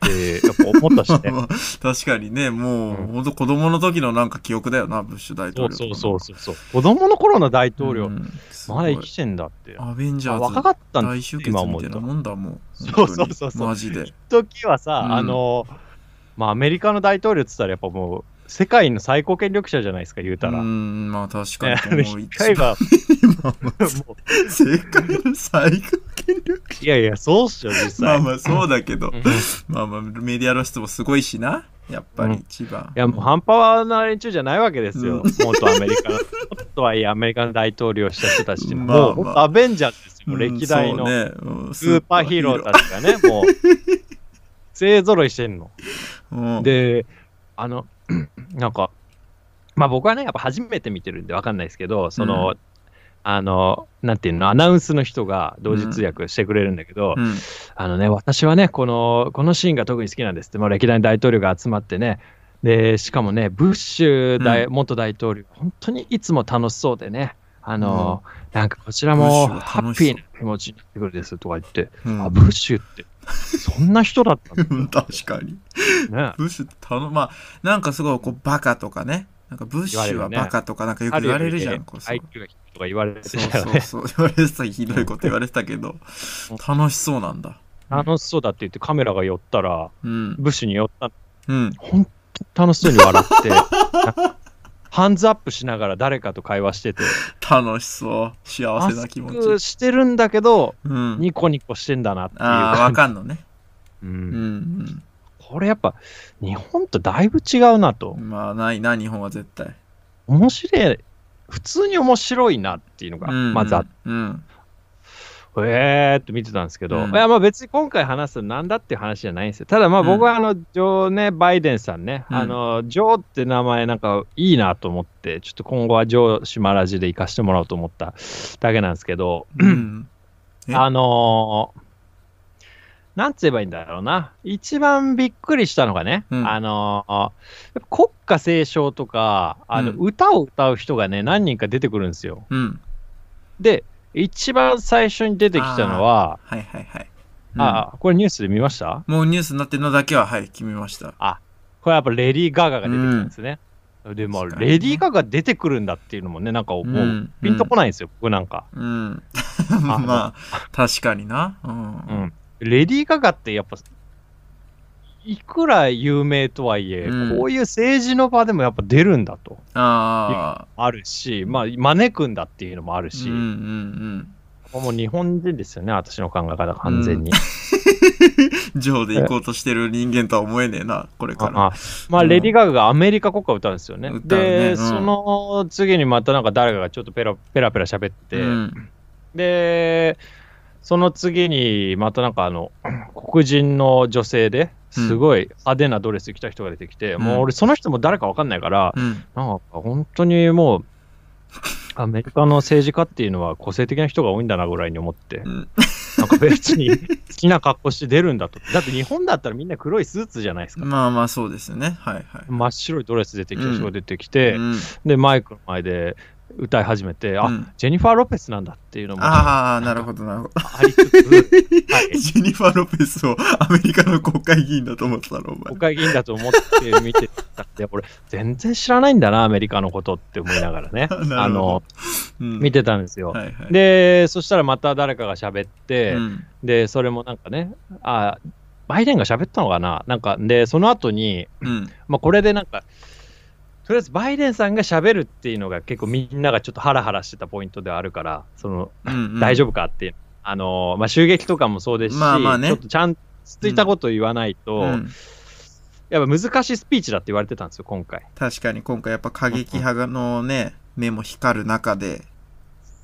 Speaker 3: て、やっぱ思ったしね。
Speaker 2: 確かにね、もう、
Speaker 3: うん
Speaker 2: ほんと子供の時のなんか記憶だよな、ブッシュ大
Speaker 3: そ
Speaker 2: 統
Speaker 3: う
Speaker 2: 領。
Speaker 3: そうそうそうそう。子供の頃の大統
Speaker 2: う
Speaker 3: 領、
Speaker 2: んす
Speaker 3: ま
Speaker 2: ご
Speaker 3: だ
Speaker 2: い
Speaker 3: 生きてんだって。
Speaker 2: アベンジャ
Speaker 3: あ
Speaker 2: ーズ
Speaker 3: 若かったんだ
Speaker 2: 大集結みたいなもんだもん。
Speaker 3: 今思うとそうそうそうそう
Speaker 2: マジで。
Speaker 3: 時はさ、
Speaker 2: うん
Speaker 3: あの、まあアメリカの大統領って言ったらやっぱもう、世界の最高権力者じゃないですか、言う
Speaker 2: う
Speaker 3: た ら。
Speaker 2: ん、まあ確
Speaker 3: ね
Speaker 2: かに。もう
Speaker 3: 一
Speaker 2: 一
Speaker 3: 回
Speaker 2: 番
Speaker 3: は、
Speaker 2: 今も
Speaker 3: もう
Speaker 2: 世界の最高権力。
Speaker 3: いやいや、そうっしょ、実
Speaker 2: まあ
Speaker 3: 際。
Speaker 2: まあそうだけど
Speaker 3: うん、
Speaker 2: まあまあメディア露出もすごいしな、やっぱり一番。
Speaker 3: いや、もう半端な連中じゃないわけですよ。
Speaker 2: う
Speaker 3: 元アメリカの。とはいえ、アメリカの大統領した人たち。
Speaker 2: まあま
Speaker 3: も
Speaker 2: あ
Speaker 3: う、本当アベンジャーズで
Speaker 2: う
Speaker 3: すよ。
Speaker 2: ん
Speaker 3: 歴代の
Speaker 2: そうねうん
Speaker 3: スーパーヒーローたちがね、もう、勢ぞろいしてんの。
Speaker 2: うん
Speaker 3: で、あの、 なんか、まあ僕はね、やっぱ初めて見てるんでわかんないですけど、その、
Speaker 2: う
Speaker 3: あの、なんていうの、アナウンスの人が同時通訳してくれるんだけど、
Speaker 2: うん
Speaker 3: あのね、私はね、この、このシーンが特に好きなんですって、まあ、歴代の大統領が集まってね、で、しかもね、ブッシュ大、
Speaker 2: う
Speaker 3: 元大統領、本当にいつも楽しそうでね、あの、なんかこちらも
Speaker 2: ブッシュ
Speaker 3: ハ
Speaker 2: は
Speaker 3: ッ
Speaker 2: 楽し
Speaker 3: ピ
Speaker 2: そ
Speaker 3: ー
Speaker 2: う
Speaker 3: な気持ちになってくるですとか言って、
Speaker 2: うん
Speaker 3: あ、ブッシュって、そんな人だったんだ
Speaker 2: うん確かに。。
Speaker 3: ね
Speaker 2: ブッシュって頼む、まあ、なんかすごいこうバカとかね。なんかブッシュはバカとかなんかよく言われるじゃん。こうそう
Speaker 3: IQ が低いとか言われて
Speaker 2: そ
Speaker 3: たよね。
Speaker 2: うそうそう。言われてた、ひどいこと言われてたけど、楽しそうなんだ。
Speaker 3: 楽しそうだって言ってカメラが寄ったら、
Speaker 2: うん。
Speaker 3: ブッシュに寄ったの
Speaker 2: うん。
Speaker 3: 本当楽しそうに笑 って、ハンズアップしながら誰かと会話してて、
Speaker 2: 楽しそう。幸
Speaker 3: マ
Speaker 2: せな
Speaker 3: ス
Speaker 2: 気持
Speaker 3: ク
Speaker 2: ち。
Speaker 3: してるんだけど、
Speaker 2: うん。
Speaker 3: ニコニコしてんだなっていう
Speaker 2: ああ、
Speaker 3: 感
Speaker 2: わ
Speaker 3: じ。
Speaker 2: かんのね。
Speaker 3: う
Speaker 2: うんん。
Speaker 3: これやっぱ日本とだいぶ違うな
Speaker 2: う
Speaker 3: と。
Speaker 2: んまあ、ないな、日本は絶対。
Speaker 3: 面白い、普通に面白いなっていうのが、
Speaker 2: うん。
Speaker 3: まずあっ
Speaker 2: うん。
Speaker 3: えーって見てたんですけど、
Speaker 2: うん
Speaker 3: いやまあ別に今回話すなんだっていう話じゃないんですよ。ただまあ僕はあの、ジョーね、バイデンさんね、
Speaker 2: うん
Speaker 3: あの、ジョーって名前なんかいいなと思って、ちょっと今後はジョー島ラジで行かしてもらおうと思っただけなんですけど、
Speaker 2: うん。え
Speaker 3: あのーなんつ言えばいいんだろうな。一番びっくりしたのがね、
Speaker 2: うん
Speaker 3: あのーやっぱ国歌斉唱とか、あの
Speaker 2: うん
Speaker 3: 歌を歌う人がね、何人か出てくるんですよ。
Speaker 2: うん。
Speaker 3: で、一番最初に出てきたのは、
Speaker 2: はいはいはい。
Speaker 3: ああ、これニュースで見ました
Speaker 2: うんもうニュースになってるのだけは、はい、決めました。
Speaker 3: これやっぱレディー・ガガが出てきたんですね。で、まあ、
Speaker 2: 確かにね
Speaker 3: レディー・ガガ出てくるんだっていうのもね、なんかも
Speaker 2: う
Speaker 3: う、
Speaker 2: ん。
Speaker 3: ピンとこないんですよ、僕なんか。
Speaker 2: うん。まあ、確かにな。う。
Speaker 3: うんん。レディー・ガガってやっぱ、いくら有名とはいえ、
Speaker 2: うん
Speaker 3: こういう政治の場でもやっぱ出るんだと。
Speaker 2: ああ。
Speaker 3: あるし、まあ、招くんだっていうのもあるし、
Speaker 2: うんうんうん。
Speaker 3: もう日本人ですよね、私の考え方、完全に。
Speaker 2: ジョーで行こうとしてる人間とは思えねえな、これから。
Speaker 3: あまあ、
Speaker 2: うん
Speaker 3: レディー・ガガがアメリカ国歌を歌うんですよね。
Speaker 2: 歌うね
Speaker 3: で、
Speaker 2: うん
Speaker 3: その次にまたなんか誰かがちょっとペラペラペラ喋って、
Speaker 2: うん
Speaker 3: で、その次に、またなんかあの、黒人の女性で、すごい派手なドレス着た人が出てきて、
Speaker 2: うん
Speaker 3: もう俺その人も誰かわかんないから、
Speaker 2: うん。
Speaker 3: なんか本当にもう、アメリカの政治家っていうのは個性的な人が多いんだなぐらいに思って
Speaker 2: う、ん
Speaker 3: なんか別に好きな格好して出るんだと。だって日本だったらみんな黒いスーツじゃないですか。
Speaker 2: まあまあ、そうですよね。はいはい。
Speaker 3: 真っ白いドレス出てきた人が出てきて、
Speaker 2: うん
Speaker 3: で、マイクの前で、歌い始めて、あ、
Speaker 2: うん
Speaker 3: ジェニファー・ロペスなんだっていうのもあ
Speaker 2: ああ、なるほど、な るほど。
Speaker 3: り つつ、はい
Speaker 2: ジェニファー・ロペスをアメリカの国会議員だと思ってたの、お前
Speaker 3: 国。会議員だと思って見てたんで、俺、全然知らないんだな、アメリカのことって思いながらね
Speaker 2: なるほ、ど
Speaker 3: あの
Speaker 2: うん
Speaker 3: 見てたんですよ。
Speaker 2: はいはい。
Speaker 3: で、そしたらまた誰かが喋って、
Speaker 2: うん
Speaker 3: で、それもなんかね、あ、バイデンが喋ったのかななんか、で、その後に、
Speaker 2: うん
Speaker 3: まあ、これでなんか、とりあえずバイデンさんが喋るっていうのが結構みんながちょっとハラハラしてたポイントではあるから、その、
Speaker 2: うん
Speaker 3: 大丈
Speaker 2: 夫。
Speaker 3: 夫かっていう、あの、まあ、襲撃とかもそうですし、
Speaker 2: まあまあね
Speaker 3: ちょっとちゃんとついたこと言わないと、
Speaker 2: うん
Speaker 3: やっぱ難しいスピーチだって言われてたんですよ、今回。
Speaker 2: 確かに今回やっぱ過激派のね、目も光る中で。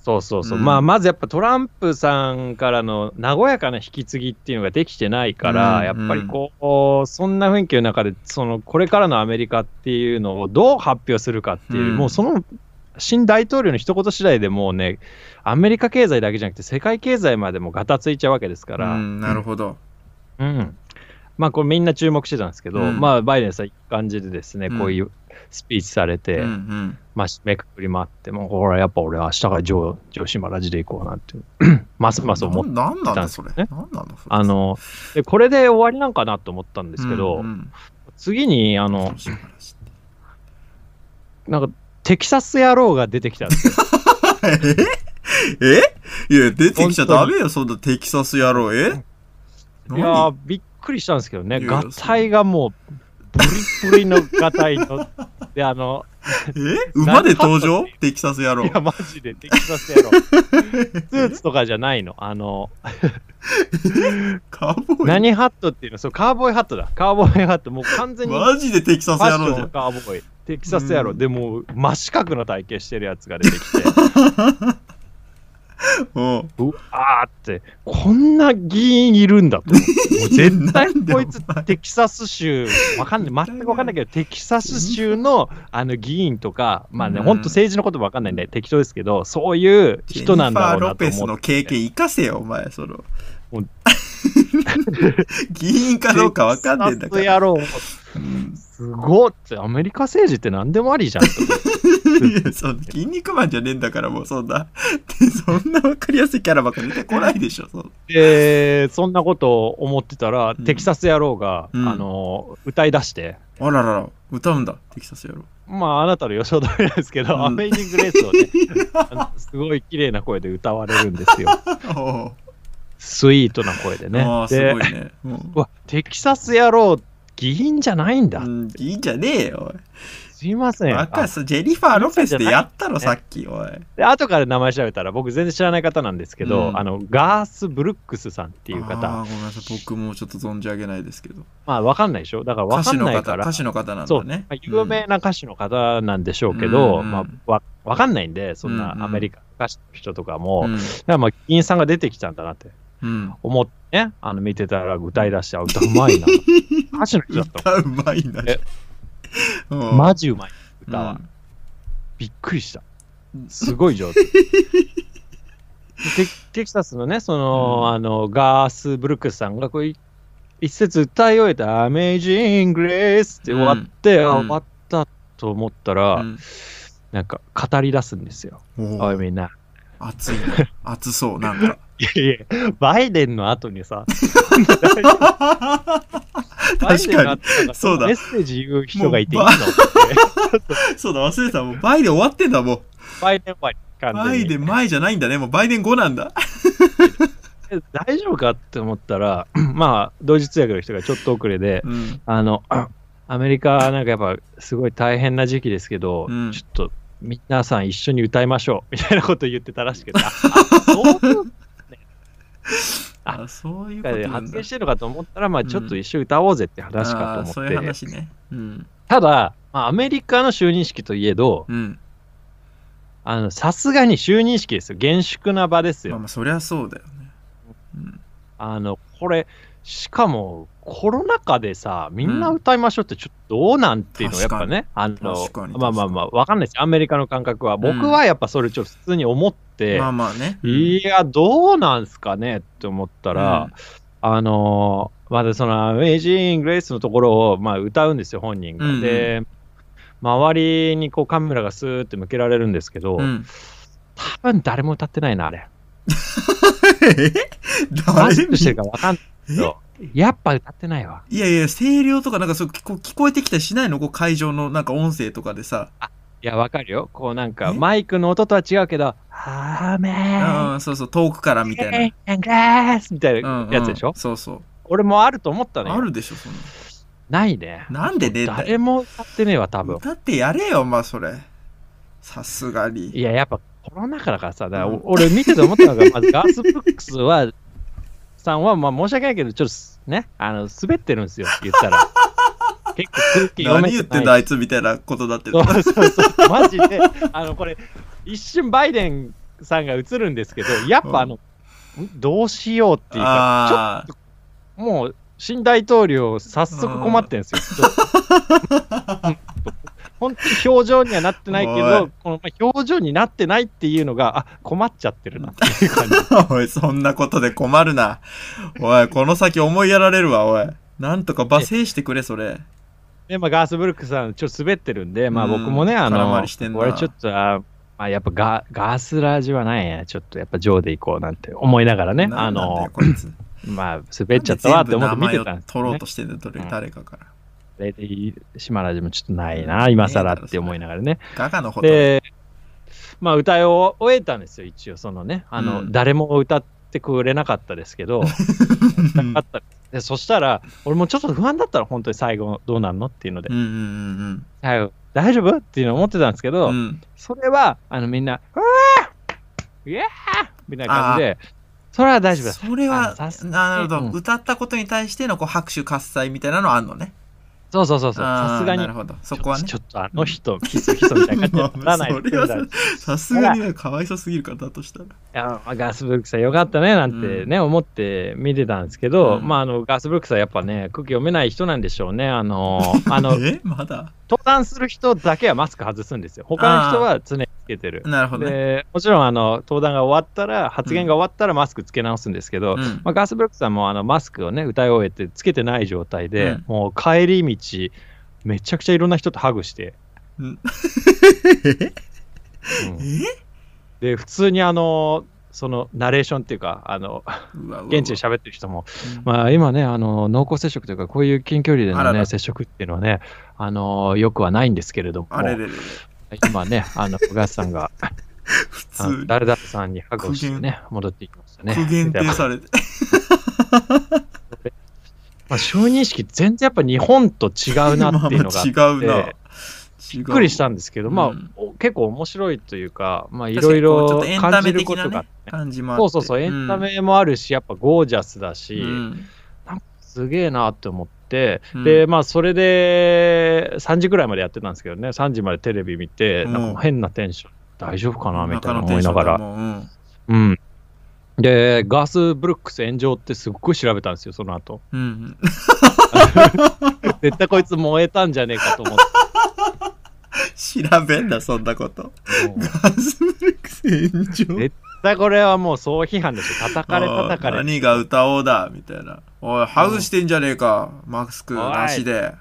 Speaker 3: そうそうそう。
Speaker 2: うん
Speaker 3: まあ、まずやっぱトランプさんからの和やかな引き継ぎっていうのができてないから、
Speaker 2: うん
Speaker 3: やっぱりこう、そんな雰囲気の中で、その、これからのアメリカっていうのをどう発表するかっていう、
Speaker 2: うん
Speaker 3: もうその、新大統領の一言次第でもうね、アメリカ経済だけじゃなくて世界経済までもガタついちゃうわけですか
Speaker 2: う
Speaker 3: ら、
Speaker 2: ん、なるほど。
Speaker 3: うん。まあこれみんな注目してたんですけど、
Speaker 2: うん
Speaker 3: まあバイデンさんいい感じでですね、
Speaker 2: うん
Speaker 3: こういうスピーチされて、
Speaker 2: うんうん。
Speaker 3: まあ締めくくりもあって、もうほらやっぱ俺は明日から上上島ラジで行こう なんて、ますます思って、
Speaker 2: ななんなん
Speaker 3: たん
Speaker 2: だ
Speaker 3: です
Speaker 2: そ
Speaker 3: よ
Speaker 2: れ。
Speaker 3: ね
Speaker 2: なんなんだそれ。
Speaker 3: あの、でこれで終わりなんかなと思ったんですけ
Speaker 2: う
Speaker 3: ど、
Speaker 2: んうん
Speaker 3: 次に あの、
Speaker 2: 素晴らしい
Speaker 3: なんかテキサス野郎が出てきたんですよ。
Speaker 2: ええいや、出てきちゃダメよ、そんなテキサス野郎。え
Speaker 3: いや
Speaker 2: 何
Speaker 3: ーびっくりしたんですけど
Speaker 2: い
Speaker 3: ね、
Speaker 2: やいや
Speaker 3: 合体がもう、ブリブリの合 体の、で、あの、
Speaker 2: え馬で登場
Speaker 3: なんか
Speaker 2: テキサス野郎
Speaker 3: い。や、マジで、テキサス野郎。スーツとかじゃないの。あの、
Speaker 2: カーボーイ。
Speaker 3: 何ハットっていうのそう、カーボーイハットだ。カーボーイハット。もう完全にフ
Speaker 2: マジでテキサス
Speaker 3: ァッ
Speaker 2: 野
Speaker 3: シ
Speaker 2: 郎じ
Speaker 3: ョン
Speaker 2: ゃ
Speaker 3: の
Speaker 2: ん。
Speaker 3: カーボーイ。テキサス野郎。
Speaker 2: うん
Speaker 3: でもう、真四角の体型してるやつが出て きて、
Speaker 2: おう
Speaker 3: うわーって、こんな議員いるん だと思って。もう絶
Speaker 2: な
Speaker 3: 対
Speaker 2: んで
Speaker 3: こいつ
Speaker 2: お前
Speaker 3: テキサス州、わかんない、全くわかんないけど、テキサス州のあの議員とか、まあね、
Speaker 2: うん
Speaker 3: ほんと政治のことわかんないんで適当ですけど、そういう人なんだろうなと思って。
Speaker 2: ジェニファー・ロペスの経験生かせよ、お前、その
Speaker 3: もう。
Speaker 2: 議員かどうかわかんねえんだか
Speaker 3: テキ
Speaker 2: ら。
Speaker 3: サス野郎
Speaker 2: うん
Speaker 3: すごっって、アメリカ政治って何でもありじゃんって思って。
Speaker 2: いや、その筋肉マンじゃねえんだから、もうそんな。 でそんなわかりやすいキャラばっか出てこないでしょ、その
Speaker 3: で、そんなことを思ってたら、
Speaker 2: うん
Speaker 3: テキサス野郎が、
Speaker 2: うん
Speaker 3: あの、歌い出して、
Speaker 2: あららら、歌うんだ、テキサス野郎。
Speaker 3: まあ、あなたの予想通りなんですけど、
Speaker 2: うん
Speaker 3: アメイジングレースを ね、あのすごい綺麗な声で歌われるんですよ。
Speaker 2: おう
Speaker 3: スイートな声でね
Speaker 2: あ。あ、す
Speaker 3: で
Speaker 2: ごい、ね。うん
Speaker 3: うわ、テキサス野郎、議員じゃないんだ。
Speaker 2: うん、いいんじゃねえよ、
Speaker 3: すいませ
Speaker 2: おい。
Speaker 3: ん。あ
Speaker 2: 若さ、ジェニファー・ロペスでやったろ、
Speaker 3: じゃ
Speaker 2: さ
Speaker 3: な
Speaker 2: っき、おい。
Speaker 3: で後から名前調べたら、僕全然知らない方なんですけど、
Speaker 2: うん
Speaker 3: あの、ガース・ブルックスさんっていう
Speaker 2: あ
Speaker 3: 方、
Speaker 2: あ、ごめんなさい、僕もちょっと存じ上げないですけど。
Speaker 3: まあ、わかんないでしょだからわ
Speaker 2: 歌
Speaker 3: か
Speaker 2: 手
Speaker 3: ん
Speaker 2: の
Speaker 3: ない
Speaker 2: 方、
Speaker 3: から。
Speaker 2: 歌手の方なん
Speaker 3: そう
Speaker 2: だね
Speaker 3: まあ。有名な歌手の方なんでしょうけ
Speaker 2: うん
Speaker 3: ど、
Speaker 2: うん
Speaker 3: まあ、わわかんないんで、そ
Speaker 2: う
Speaker 3: ん
Speaker 2: んう
Speaker 3: なんアメリカ歌手の人とかも、
Speaker 2: うん
Speaker 3: だからまあ、議員さんが出てきたんだなって
Speaker 2: うん。
Speaker 3: 思ってね、あの見てたら歌い出して、あ、歌うまいな。 歌手の人だった
Speaker 2: 歌うまいんだ
Speaker 3: え。もん
Speaker 2: マ
Speaker 3: マジうまい、歌は。びっくりした
Speaker 2: うん。
Speaker 3: すごい上手。テテキサスのね、その、
Speaker 2: うん
Speaker 3: あの、ガース・ブルックスさんが、こうい、一節歌い終えた、アメージング・レースって終わって、
Speaker 2: うん
Speaker 3: あ
Speaker 2: うん
Speaker 3: 終わったと思ったら、
Speaker 2: うん
Speaker 3: なんか語り出すんですよ。
Speaker 2: おう
Speaker 3: おいみんな。
Speaker 2: 熱いね。熱そう、なん か。
Speaker 3: いやいや、バイデンの後に さ、バイデンの後なんか
Speaker 2: そうだ
Speaker 3: メッセージ言う人がいていいの
Speaker 2: も
Speaker 3: っ
Speaker 2: う
Speaker 3: て。
Speaker 2: そうだ、忘れてた。もうバイデン終わってんだ、もう。
Speaker 3: バイデンは完
Speaker 2: バイ
Speaker 3: 全
Speaker 2: デ
Speaker 3: に。
Speaker 2: ン前じゃないんだね。もうバイデン後なん だ。
Speaker 3: 大丈夫かって思ったら、 まあ、同時通訳の人がちょっと遅れで、
Speaker 2: うん。
Speaker 3: あの、 アメリカなんかやっぱすごい大変な時期ですけど、
Speaker 2: うん
Speaker 3: ちょっと皆さん一緒に歌いましょうみ たいなこと言ってたらし くて、ああそういうあ
Speaker 2: あ、そういうこ
Speaker 3: か
Speaker 2: と
Speaker 3: で
Speaker 2: なん
Speaker 3: 発
Speaker 2: だ
Speaker 3: 言し。てるのかと思ったら、まあ
Speaker 2: ん
Speaker 3: ちょっと一緒に歌おうぜって話か
Speaker 2: あー
Speaker 3: と
Speaker 2: そう
Speaker 3: 思っ
Speaker 2: いう
Speaker 3: て、
Speaker 2: 話ね。うん。
Speaker 3: ただ、まあ、アメリカの就任式といえど、
Speaker 2: うん。
Speaker 3: あのさすがに就任式ですよ、厳粛な場です
Speaker 2: まあ
Speaker 3: よ。
Speaker 2: まあ、そりゃそうだよね。うん
Speaker 3: あのこれしかもコロナ禍でさ、みんな歌いましょうって、ちょっとどうなんっていうのはやっぱね、あの
Speaker 2: 確かに
Speaker 3: まあまあまあ、わかんないです、アメリカの感覚は。僕はやっぱそれちょっと普通に思って、
Speaker 2: まあまあね。
Speaker 3: いや、どうなんすかねって思った
Speaker 2: う
Speaker 3: ら
Speaker 2: ん、
Speaker 3: あのーまだその、アメージング・レイスのところを、まあ、歌うんですよ、本人が。
Speaker 2: うんうん
Speaker 3: で、周りにこうカメラがスーって向けられるんですけど、
Speaker 2: うん。
Speaker 3: 多分誰も歌ってないな、あれ。
Speaker 2: え
Speaker 3: マ
Speaker 2: 誰
Speaker 3: スク
Speaker 2: に
Speaker 3: してるからわかんないけど、やっぱ歌ってないわ。
Speaker 2: いやいや、声量とかなんかそう聞こ聞こえてきたりしないのこう会場のなんか音声とかでさ。
Speaker 3: いや、わかるよ。こうなんか、
Speaker 2: え
Speaker 3: マイクの音とは違うけど、ハーメー
Speaker 2: うん、そうそう、遠くからみたい
Speaker 3: ングラスみたい
Speaker 2: な。うんう
Speaker 3: な
Speaker 2: ん
Speaker 3: やつでしょ、
Speaker 2: そうそう。
Speaker 3: 俺もあると思ったのよ。
Speaker 2: あるでしょ、その。
Speaker 3: ないね。
Speaker 2: なんでね
Speaker 3: 誰も歌ってねえわ、多分。
Speaker 2: だってやれよ、お前それ。さすが
Speaker 3: い
Speaker 2: に。
Speaker 3: や、やっぱコロナ禍だからさ、だから
Speaker 2: うん
Speaker 3: 俺見てて思ったのが、 まずガースブックスは、さんは、まあ申し訳ないけど、ちょっとね、あの、滑ってるんですよ、言っ たら。結構空気読め
Speaker 2: 何言ってんだ、
Speaker 3: い
Speaker 2: あいつみたいなこと だってる。
Speaker 3: そうそうそう、マジで、あの、これ、一瞬バイデンさんが映るんですけど、やっぱあの、んどうしようっていうか、ちょっ
Speaker 2: あ
Speaker 3: もう新大統領、早速困ってんですよ。ちょっと 本当に表情にはなってないけ
Speaker 2: お
Speaker 3: ど
Speaker 2: い、
Speaker 3: このまあ表情になってないっていうのが、あ困っちゃってるなっていう 感じ。
Speaker 2: あ、おい、そんなことで困るな。おい、この先思いやられるわ、おい。なんとか罵声してくれ、それ。
Speaker 3: で、まあ、ガースブルックさん、ちょっと滑ってるんで、まあ、
Speaker 2: うん
Speaker 3: 僕もね、あの、
Speaker 2: 空回りしてんな
Speaker 3: 俺ちょっと、あまあ、やっぱガガースラージはないや、ちょっとやっぱ上で行こうなんて思いながらね、
Speaker 2: な
Speaker 3: あ
Speaker 2: んなんだよ
Speaker 3: の、
Speaker 2: こいつ。
Speaker 3: まあ、滑っちゃったわって思って見てた
Speaker 2: なんんで全部名前を
Speaker 3: です
Speaker 2: 取
Speaker 3: よ、
Speaker 2: ろう
Speaker 3: ね
Speaker 2: と。してんだよ、どれ
Speaker 3: うん
Speaker 2: 誰かから。
Speaker 3: で、島ラジもちょっとないな、今更って思いながらね。
Speaker 2: ガガのこと。
Speaker 3: で、まあ、歌いを終えたんですよ、一応、そのね、あの、
Speaker 2: うん
Speaker 3: 誰も歌ってくれなかったで すけど、なかったでそしたら、俺もちょっと不安だったら、本当に最後、どうなんのっていうので
Speaker 2: う、んうんうん
Speaker 3: 最後、大丈夫っていうのを思ってたんですけ
Speaker 2: う
Speaker 3: ど、
Speaker 2: ん。うん。
Speaker 3: それは、あの、みんな、うわーイエーみたいな感じで、それは大丈夫です。
Speaker 2: それは
Speaker 3: あさ、す
Speaker 2: なるほど、
Speaker 3: うん
Speaker 2: 歌ったことに対してのこう拍手喝采みたいなのあんのね。
Speaker 3: そうそうそうそう、
Speaker 2: あー
Speaker 3: さすがに
Speaker 2: なる。ほど。そこはね
Speaker 3: ち。ょっとちょっとあの人、ヒソヒソみたいな感じで取らないで くれたら
Speaker 2: さすがにねかわいそすぎるから、だとしたら。
Speaker 3: いやまあガースブルックさんよかったねなんてね、思って見てたんですけど、
Speaker 2: うん
Speaker 3: まあ、あのガースブルックさんやっぱね空気読めない人なんでしょうね あのあの
Speaker 2: えまだ
Speaker 3: 登壇する人だけはマスク外すんですよ他の人は常につけてる、
Speaker 2: なるほどね。
Speaker 3: でもちろんあの登壇が終わったら発言が終わったらマスクつけ直すんですけ
Speaker 2: う
Speaker 3: ど、
Speaker 2: ん
Speaker 3: まあ、ガースブルックさんもあのマスクをね歌い終えてつけてない状態で、
Speaker 2: うん
Speaker 3: もう帰り道めちゃくちゃいろんな人とハグして、うん
Speaker 2: え
Speaker 3: で普通にあのそのナレーションっていうかあの
Speaker 2: うわうわうわ
Speaker 3: 現地で喋ってる人も
Speaker 2: うん
Speaker 3: まあ、今ねあの、濃厚接触というか、こういう近距離での、ね、
Speaker 2: あらら
Speaker 3: 接触っていうのはねあの、よくはないんですけれども、
Speaker 2: あれれれれ。
Speaker 3: 今ね、あの小林さ んが、
Speaker 2: 普
Speaker 3: あ
Speaker 2: 通
Speaker 3: の誰々さんにハグをしてね、戻っていきましたね。
Speaker 2: 苦言定されて。
Speaker 3: まあ、就任式、全然やっぱ日本と違うなっていうのがあって、
Speaker 2: まあまあ 違うな。
Speaker 3: で
Speaker 2: びっ
Speaker 3: びっくりしたんですけど、まあ
Speaker 2: うん
Speaker 3: お結構面白いというか、まあ、いろいろ感じることがあって、
Speaker 2: 感じもあって
Speaker 3: そうそうそう、エンタメもあるし、やっぱゴージャスだし、
Speaker 2: うん
Speaker 3: すげえなって思って、
Speaker 2: うん
Speaker 3: で、まあ、それで3時ぐらいまでやってたんですけどね、3時までテレビ見て、
Speaker 2: うん
Speaker 3: なんか変なテンション、大丈夫かなみたいな思いな
Speaker 2: 中野
Speaker 3: が
Speaker 2: テンションだ
Speaker 3: ら。
Speaker 2: もんうん
Speaker 3: うん、で、ガース・ブルックス炎上ってすっごい調べたんですよ、その後。
Speaker 2: うん。
Speaker 3: 絶対こいつ燃えたんじゃねえか と思っ
Speaker 2: 調べんな、 そんなこと。
Speaker 3: て。もう絶
Speaker 2: ガスブルックス炎上
Speaker 3: え対これはもう総批判ですよ。叩かれ叩か
Speaker 2: おい
Speaker 3: れ。
Speaker 2: 何が歌おうだみたいな。おい、ハグしてんじゃねえか、マスク
Speaker 3: おい
Speaker 2: なしで。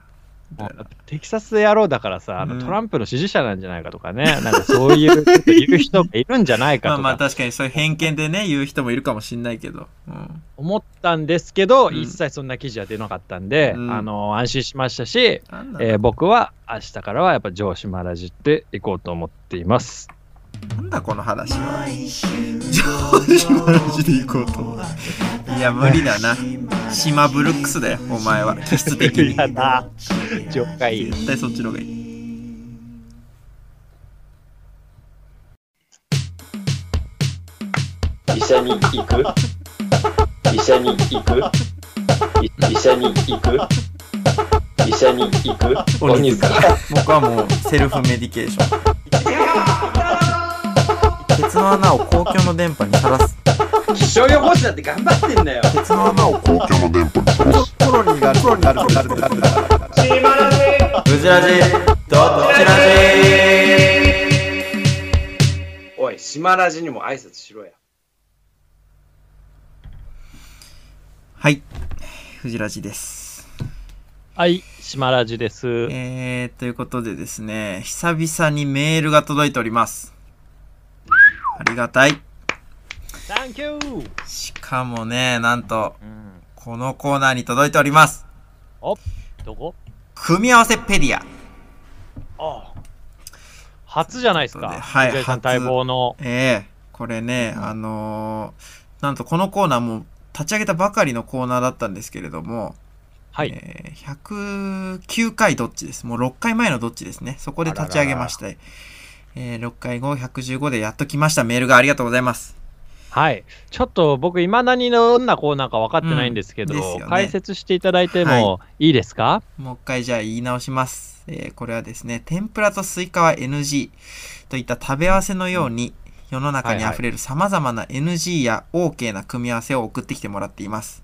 Speaker 3: もうテキサス野郎だからさ、あ
Speaker 2: う
Speaker 3: の
Speaker 2: ん
Speaker 3: トランプの支持者なんじゃないかと かね、なんかそういうこと言う人がいるんじゃない
Speaker 2: ま
Speaker 3: か
Speaker 2: あ
Speaker 3: と
Speaker 2: まあ
Speaker 3: か
Speaker 2: 確かにそういう偏見でね、言う人もいるかもしんないけど。うん。
Speaker 3: 思ったんですけど、
Speaker 2: うん
Speaker 3: 一切そんな記事は出なかったんで、
Speaker 2: うん
Speaker 3: あの安心しましたし、
Speaker 2: なんなんだ
Speaker 3: えー僕は明日からはやっぱ上司マラジっていこうと思っています。
Speaker 2: なんだこの話は。上司の話で行こうと思う。いや、無理だな。島ブルックスだよ、お前は。気質的に。
Speaker 3: や だ。了解。
Speaker 2: 絶対そっちの方がいい。
Speaker 4: 医者に行く医者に行くい医者に行く医者に行く
Speaker 2: お
Speaker 4: お
Speaker 2: 兄
Speaker 4: 兄
Speaker 2: さん
Speaker 4: さん
Speaker 2: 僕はもうセルフメディケーション。鉄の穴を公共の電波にさらす。
Speaker 4: 気象予報士だって頑張ってんだよ
Speaker 2: 鉄の穴を公共の電波にさらす。コロニーがある、コロニーがある、コロニーがある。ブジラジどっちラジ
Speaker 4: おい島ラジにも挨拶しろや
Speaker 2: はい、フジラジです。
Speaker 3: はい、島ラジです。
Speaker 2: えー、ということでですね、久々にメールが届いております。ありがたい。
Speaker 3: Thank you!
Speaker 2: しかもね、なんと、
Speaker 3: うん、
Speaker 2: このコーナーに届いております。
Speaker 3: おどこ
Speaker 2: 組み合わせペディア。
Speaker 3: あ初じゃないですか。
Speaker 2: はい
Speaker 3: 藤井さん
Speaker 2: 初
Speaker 3: 待望の。
Speaker 2: ええこれね、あのーなんとこのコーナーも立ち上げたばかりのコーナーだったんですけれども、
Speaker 3: はい。
Speaker 2: えー109回どっちです。もう6回前のどっちですね。そこで立ち上げまして、えー6回後、115でやっと来ました。メールがありがとうございます。
Speaker 3: はい。ちょっと僕、いまだにどんなコーナーか分かってないんですけど、
Speaker 2: うんですよね
Speaker 3: 解説していただいてもいいですか、
Speaker 2: もう一回じゃあ言い直します。えーこれはですね、天ぷらとスイカは NG といった食べ合わせのように、世の中に溢れる様々な NG や OK な組み合わせを送ってきてもらっています。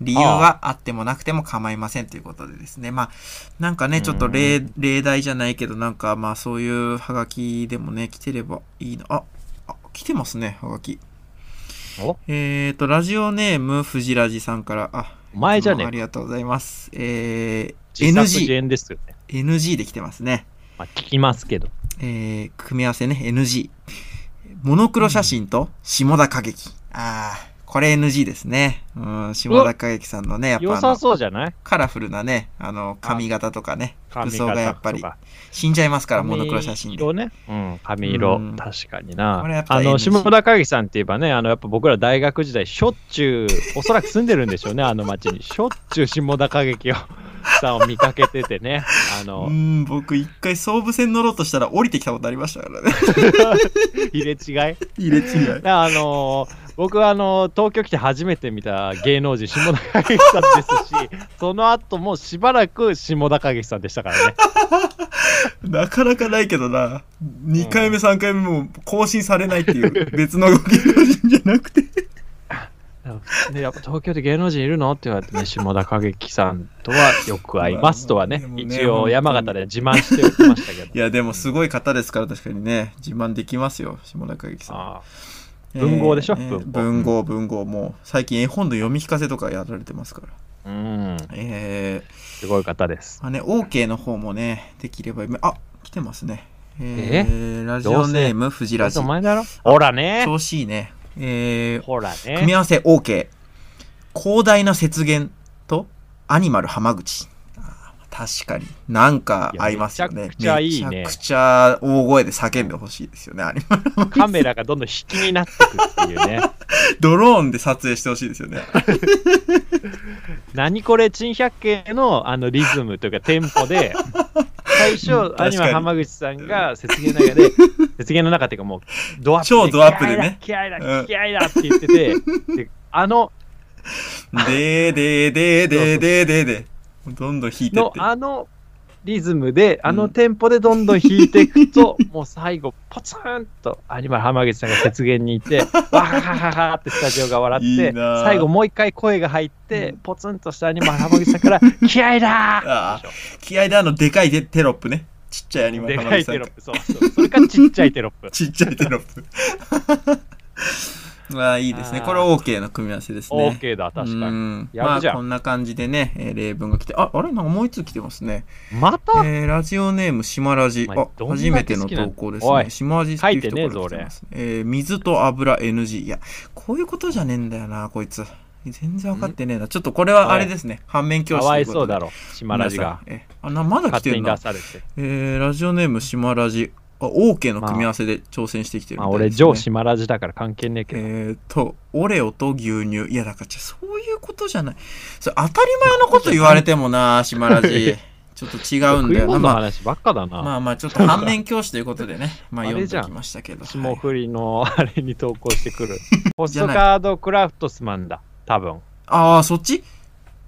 Speaker 2: 理由はあってもなくても構いませんということでですね。まあ、なんかね、ちょっと例、例題じゃないけど、なんかまあそういうハガキでもね、来てればいいな。あ、あ来てますね、ハガキ。
Speaker 3: お
Speaker 2: えーと、ラジオネーム、藤ラジさんから、あ、
Speaker 3: お前じゃね
Speaker 2: あ
Speaker 3: え。
Speaker 2: りがとうございます。えー、
Speaker 3: 自作
Speaker 2: NG
Speaker 3: 自。演ですよね。
Speaker 2: NG できてますね。
Speaker 3: まあ、聞きますけど。
Speaker 2: えー、組み合わせね、NG。モノクロ写真と下田景樹。ああ、これ NG ですね。うん、下田景樹さんのね、やっ
Speaker 3: 良
Speaker 2: ぱあ
Speaker 3: さ
Speaker 2: の
Speaker 3: そうじゃない
Speaker 2: カラフルなね、あの、髪型とかね、服
Speaker 3: 髪
Speaker 2: 装
Speaker 3: 型
Speaker 2: が
Speaker 3: と
Speaker 2: やっぱり、死んじゃいますから、モノクロ写真
Speaker 3: 髪
Speaker 2: で。
Speaker 3: 色ね。うん、髪色、
Speaker 2: うん
Speaker 3: 確かにな
Speaker 2: これやっ。ぱ
Speaker 3: あ
Speaker 2: NG
Speaker 3: の、下田景樹さんって言えばね、あの、やっぱ僕ら大学時代、しょっちゅう、おそらく住んでるんでしょうね、あの町に。しょっちゅう下田景樹を、 さんを見かけててね。あ
Speaker 2: う
Speaker 3: の、
Speaker 2: ん、僕一回総武線乗ろうとしたら降りてきたことありましたからね。
Speaker 3: 入れ違い
Speaker 2: 入れ違い。
Speaker 3: だからあのー僕はあのー東京来て初めて見た芸能人下田景樹さんですしその後もしばらく下田景樹さんでしたからね
Speaker 2: なかなかないけどな。2回目、3回目も更新されないっていう、別の動きじゃな くて。
Speaker 3: でやっぱ東京で芸能人いるのって言われて、ね、下田景樹さんとはよく会いますとはね
Speaker 2: まあまあでもね
Speaker 3: 一応山形で自慢しておきましたけ
Speaker 2: い
Speaker 3: ど
Speaker 2: や、でもすごい方ですから、確かにね、自慢できますよ、下中幸さん。
Speaker 3: ああ文豪でしょ
Speaker 2: えーえー
Speaker 3: 文
Speaker 2: 文
Speaker 3: 豪
Speaker 2: 豪、文豪、もう、最近絵本の読み聞かせとかやられてますから。
Speaker 3: うん
Speaker 2: えー、
Speaker 3: すごい方です
Speaker 2: まあね、OK の方もね、できれば、あ、来てますね。
Speaker 3: え
Speaker 2: えー、ラジオネーム、藤ラジ。
Speaker 3: お前だろほらね
Speaker 2: 調子いいね。えー、
Speaker 3: ほら
Speaker 2: 組み
Speaker 3: ね
Speaker 2: 合わせ OK。広大な雪原と、アニマル浜口。あー確かに。なんか合いますよね。
Speaker 3: いやめちゃくちゃいいね
Speaker 2: めちゃくちゃ大声で叫んでほしいですよね、アニマル。
Speaker 3: カメラがどんどん引きになってくっていうね
Speaker 2: ドローンで撮影してほしいですよね。
Speaker 3: 何これ珍百景のあのリズムというかテン ポで最初
Speaker 2: 確かに
Speaker 3: アニマル浜口さん が雪原の中で雪原の中っていうかもうドアップ
Speaker 2: 超ドアップでね
Speaker 3: 気合いだ気合い
Speaker 2: うん
Speaker 3: だ気合いだって言っててであの
Speaker 2: でーでーでーでーでーでーでー。どんどん弾いてっ
Speaker 3: の
Speaker 2: て。
Speaker 3: あのリズムであのテンポでどんどん弾いていくと、 もう最後ポツンとアニマル浜口さんが雪原にい てわははははってスタジオが笑って
Speaker 2: いいなあ
Speaker 3: 最後もう一回声が入って、
Speaker 2: うん
Speaker 3: ポツンとしたアニマル浜口さん から「気合いだー!」
Speaker 2: ああ気合であのでかいテテロップね。ちっちゃいアニマ
Speaker 3: で
Speaker 2: ル
Speaker 3: かい
Speaker 2: さ
Speaker 3: テ
Speaker 2: ん
Speaker 3: ロ
Speaker 2: が
Speaker 3: ップ、そうそう。それかちっちゃいテロ
Speaker 2: 。
Speaker 3: ップ
Speaker 2: ちっちゃいテロップ。 ああ、いいですね。
Speaker 3: あー
Speaker 2: これ OK の組み合わせですね。
Speaker 3: OK だ、確か
Speaker 2: う
Speaker 3: に。
Speaker 2: ん
Speaker 3: やる
Speaker 2: まあ
Speaker 3: じゃん
Speaker 2: こんな感じでね、えー例文が来て、あ、あれなんかもう一通来てますね。
Speaker 3: また
Speaker 2: えーラジオネーム、しまラジ。
Speaker 3: お前
Speaker 2: あ、
Speaker 3: どんだけ
Speaker 2: 初めての投稿です
Speaker 3: 好きなのお
Speaker 2: ね。
Speaker 3: い
Speaker 2: しまラジっていう人から来てます、えー水と油 NG。いや、こういうことじゃねえんだよな、こいつ。全然わかってねえな。ちょっとこれはあれですね。反面
Speaker 3: か
Speaker 2: 教師
Speaker 3: わ
Speaker 2: とい
Speaker 3: いう
Speaker 2: こ
Speaker 3: そ
Speaker 2: と
Speaker 3: う
Speaker 2: で。
Speaker 3: だろ、島ラジが。
Speaker 2: 皆さんえあなまだ来
Speaker 3: 勝
Speaker 2: て
Speaker 3: 手
Speaker 2: る
Speaker 3: に
Speaker 2: んだ
Speaker 3: 出されて。
Speaker 2: えーラジオネームしまラジあ OK の組み合わせで挑戦してきてるみ
Speaker 3: まあ、
Speaker 2: たい
Speaker 3: 俺、
Speaker 2: です、ね
Speaker 3: 上島ラジだから関係ねえけど。
Speaker 2: えー、とオレオと牛乳いやだからちょそういうことじゃないそれ当たり前のこと言われてもなしまラ ジちょっと違うん
Speaker 3: 食
Speaker 2: だよ
Speaker 3: い
Speaker 2: な
Speaker 3: 物の
Speaker 2: まあ
Speaker 3: 話ばっかだな。
Speaker 2: まあまあちょっと反面教師ということで ねまあ
Speaker 3: あ
Speaker 2: 読
Speaker 3: れ
Speaker 2: ん
Speaker 3: じゃ
Speaker 2: で
Speaker 3: ん
Speaker 2: きましたけど
Speaker 3: 霜
Speaker 2: はい
Speaker 3: 降りのあれに投稿して くる。ポストカードクラフトスマンだ、多分。
Speaker 2: ああそっち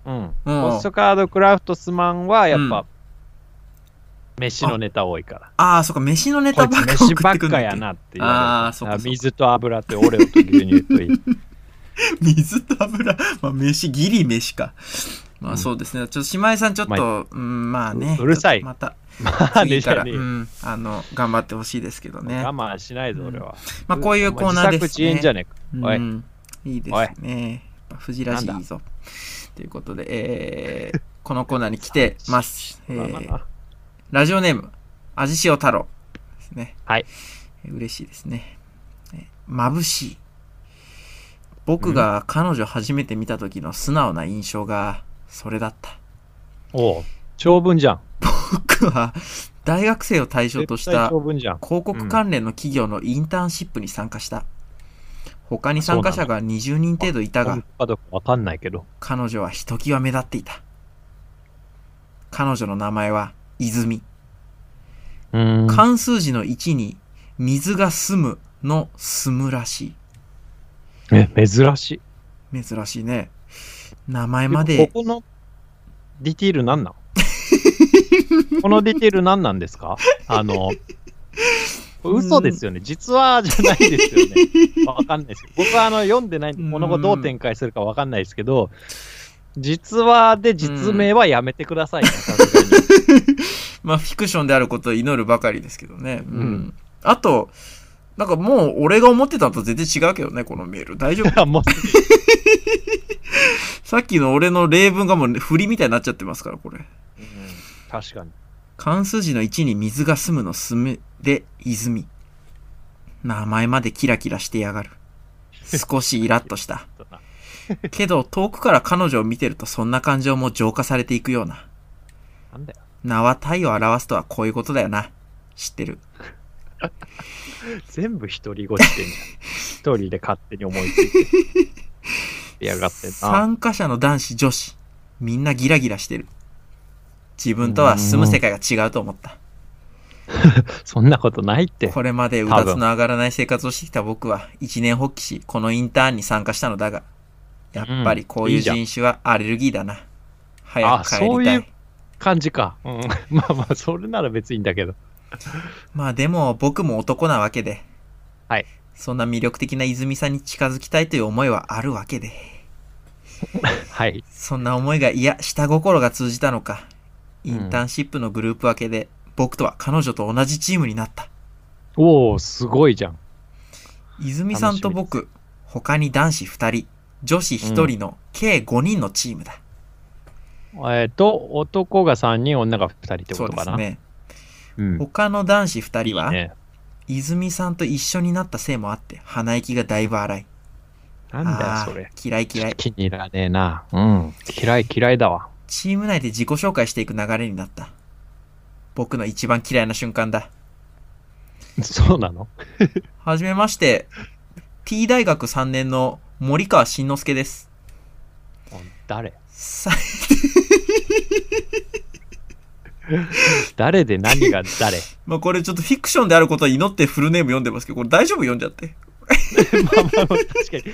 Speaker 3: うん。
Speaker 2: うん
Speaker 3: ポストカードクラフトスマンは、やっぱ、飯のネタ多いから。
Speaker 2: ああそっか飯のネ
Speaker 3: こ
Speaker 2: タ
Speaker 3: い
Speaker 2: ばっ
Speaker 3: つ
Speaker 2: か送
Speaker 3: 飯ば
Speaker 2: っ
Speaker 3: って
Speaker 2: くんだ
Speaker 3: か
Speaker 2: っけ
Speaker 3: やなって言
Speaker 2: あ
Speaker 3: わ
Speaker 2: ーそ
Speaker 3: れ
Speaker 2: うか
Speaker 3: るあ
Speaker 2: そうか
Speaker 3: 水と油とオレオと牛乳と いい。
Speaker 2: 水と油、まあ、飯ギリ飯かまあそうですねちょっと姉妹さんちょっ
Speaker 3: ま
Speaker 2: と、うん、まあね
Speaker 3: ううるさい
Speaker 2: また
Speaker 3: まあね
Speaker 2: 次
Speaker 3: じ
Speaker 2: か
Speaker 3: ゃ
Speaker 2: ら、
Speaker 3: ね
Speaker 2: う
Speaker 3: えよ
Speaker 2: ん、あの頑張ってほしいですけどね
Speaker 3: 我慢しないぞ、俺は。
Speaker 2: まあこういうコーナーです
Speaker 3: 自作自演じゃ
Speaker 2: ね
Speaker 3: ねえか。
Speaker 2: う
Speaker 3: おい
Speaker 2: んいいですねやっぱ藤らしいぞということでえー このコーナーに来てます。えーラジオネーム、味塩太郎ですね。
Speaker 3: はい。
Speaker 2: 嬉しいですね。え眩しい。僕が彼女初めて見た時の素直な印象が、それだった。
Speaker 3: おう長文じゃん。
Speaker 2: 僕は、 大学生を対象とし
Speaker 3: 絶対
Speaker 2: た
Speaker 3: 長文じゃん。
Speaker 2: 広告関連の企業のインターンシップに参加した。他に参加者が20人程度いた
Speaker 3: 本
Speaker 2: が、
Speaker 3: 当かどうかわかんないけど。
Speaker 2: 彼女はひときわ目立っていた。彼女の名前は、泉。
Speaker 3: うーん。
Speaker 2: 漢数字の1に、水が澄むの澄むらし
Speaker 3: え、珍しい。
Speaker 2: い。珍しいね。名前まで、
Speaker 3: ここのディティール何なん このディティール何なんですかあの、これ嘘ですよね。実はじゃないですよ ね。わかんないですよ。僕はあの読んでないんで、
Speaker 2: うん
Speaker 3: この後どう展開するかわかんないですけど、実話で実名はやめてくだ さいね、さすがに
Speaker 2: まあ、フィクションであることを祈るばかりですけどね。うん。
Speaker 3: うん
Speaker 2: あと、なんかもう俺が思ってたのと全然違うけどね、このメール。大丈夫
Speaker 3: あもう
Speaker 2: さっきの俺の例文がもう振りみたいになっちゃってますから、これ。
Speaker 3: 確かに。
Speaker 2: 関数字の1に水が澄むの澄むで泉。名前までキラキラしてや がる。少しイラッとした。けど遠くから彼女を見てるとそんな感情も浄化されていくような。
Speaker 3: なんだよ。
Speaker 2: 名は体を表すとはこういうことだよな。知ってる。
Speaker 3: 全部独り言してんじゃん。一人で勝手に思いつい て。やがってんな。
Speaker 2: 参加者の男子女子、みんなギラギラしてる。自分とは住む世界が違うと思った。
Speaker 3: そんなことないって。
Speaker 2: これまでうだつの上がらない生活をしてきた僕は一年発起し、このインターンに参加したのだが、やっぱりこういう人種はアレルギーだな。早く帰りたい。
Speaker 3: あそういう感じか。うん、 まあまあ、それなら別にいいんだけど。
Speaker 2: まあでも僕も男なわけで。
Speaker 3: はい。
Speaker 2: そんな魅力的な泉さんに近づきたいという思いはあるわけで。
Speaker 3: はい。
Speaker 2: そんな思いが、いや、下心が通じたのか。インターンシップのグループ分けで、僕とは彼女と同じチームになった。
Speaker 3: おお、すごいじゃん。
Speaker 2: 泉さんと僕、他に男子2人、女子1人の計5人のチームだ。
Speaker 3: えっ、と、男が3人、女が2人って
Speaker 2: そう
Speaker 3: こと
Speaker 2: で
Speaker 3: か
Speaker 2: す
Speaker 3: な。
Speaker 2: ね。
Speaker 3: うん
Speaker 2: 他の男子2人は、
Speaker 3: ね、
Speaker 2: 泉さんと一緒になったせいもあって、鼻息がだいぶ荒い。
Speaker 3: なんだよ、
Speaker 2: あ
Speaker 3: そ
Speaker 2: ー
Speaker 3: れ。
Speaker 2: 嫌い嫌い。
Speaker 3: 気に入らねえな。うん。嫌い嫌いだわ。
Speaker 2: チーム内で自己紹介していく流れになった。僕の一番嫌いな瞬間だ。
Speaker 3: そうなの
Speaker 2: はじめまして、T 大学3年の森川慎之介です。
Speaker 3: 誰
Speaker 2: さ
Speaker 3: 誰で何が 誰
Speaker 2: まあ、これちょっとフィクションであることは祈ってフルネーム読んでますけど、これ大丈夫読んじゃって。
Speaker 3: まあまあまあ、確かに。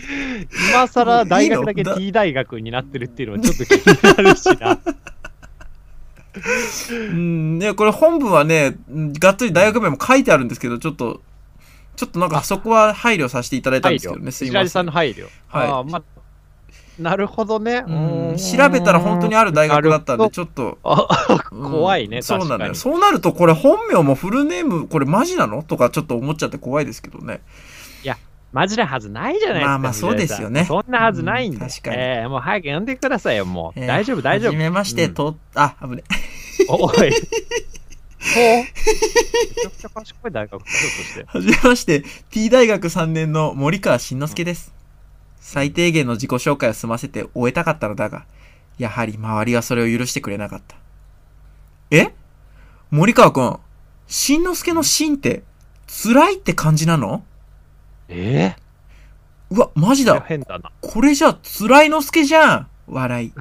Speaker 3: 今更大学だ
Speaker 2: い
Speaker 3: け
Speaker 2: いのだ
Speaker 3: T 大学になってるっていうのはちょっと気になるし な。
Speaker 2: うん、ね、これ本文はね、うんがっつり大学名も書いてあるんですけど、ちょっと、ちょっとなんかそこは配慮させていただいたん
Speaker 3: 配
Speaker 2: ですけどね、
Speaker 3: 慮。
Speaker 2: すい
Speaker 3: 白
Speaker 2: ま
Speaker 3: 井
Speaker 2: せ
Speaker 3: さん
Speaker 2: ん。
Speaker 3: の配慮。
Speaker 2: はい
Speaker 3: あーまあ、なるほどね。
Speaker 2: うん調べたら本当に
Speaker 3: あ
Speaker 2: ある大学だったん
Speaker 3: な
Speaker 2: で、
Speaker 3: る
Speaker 2: ちょっと。
Speaker 3: あ
Speaker 2: うん
Speaker 3: 怖いね、
Speaker 2: そう
Speaker 3: 確
Speaker 2: な
Speaker 3: か
Speaker 2: のよ。
Speaker 3: に。
Speaker 2: そうなると、これ本名もフルネーム、これマジなのとかちょっと思っちゃって怖いですけどね。
Speaker 3: マジなはずないじゃないですか。
Speaker 2: まあまあそうですよね
Speaker 3: そんなはずないんで。
Speaker 2: うん確かに
Speaker 3: えーもう早く呼んでくださいよ、もう。
Speaker 2: えー
Speaker 3: 大丈夫、大丈
Speaker 2: は
Speaker 3: 夫
Speaker 2: じ。めまして、
Speaker 3: うん
Speaker 2: と、あ、危ね。
Speaker 3: おおい。おめちゃくちゃ賢い大学だろうとして。
Speaker 2: はじめまして、T 大学3年の森川慎之介です。最低限の自己紹介を済ませて終えたかったのだが、やはり周りはそれを許してくれなかった。え森川くん、慎之介の慎って、辛いって感じなの
Speaker 3: え
Speaker 2: うわ、マジ
Speaker 3: ー、
Speaker 2: だ。
Speaker 3: 変だな。
Speaker 2: これじゃあ、辛いのすけじゃん笑い。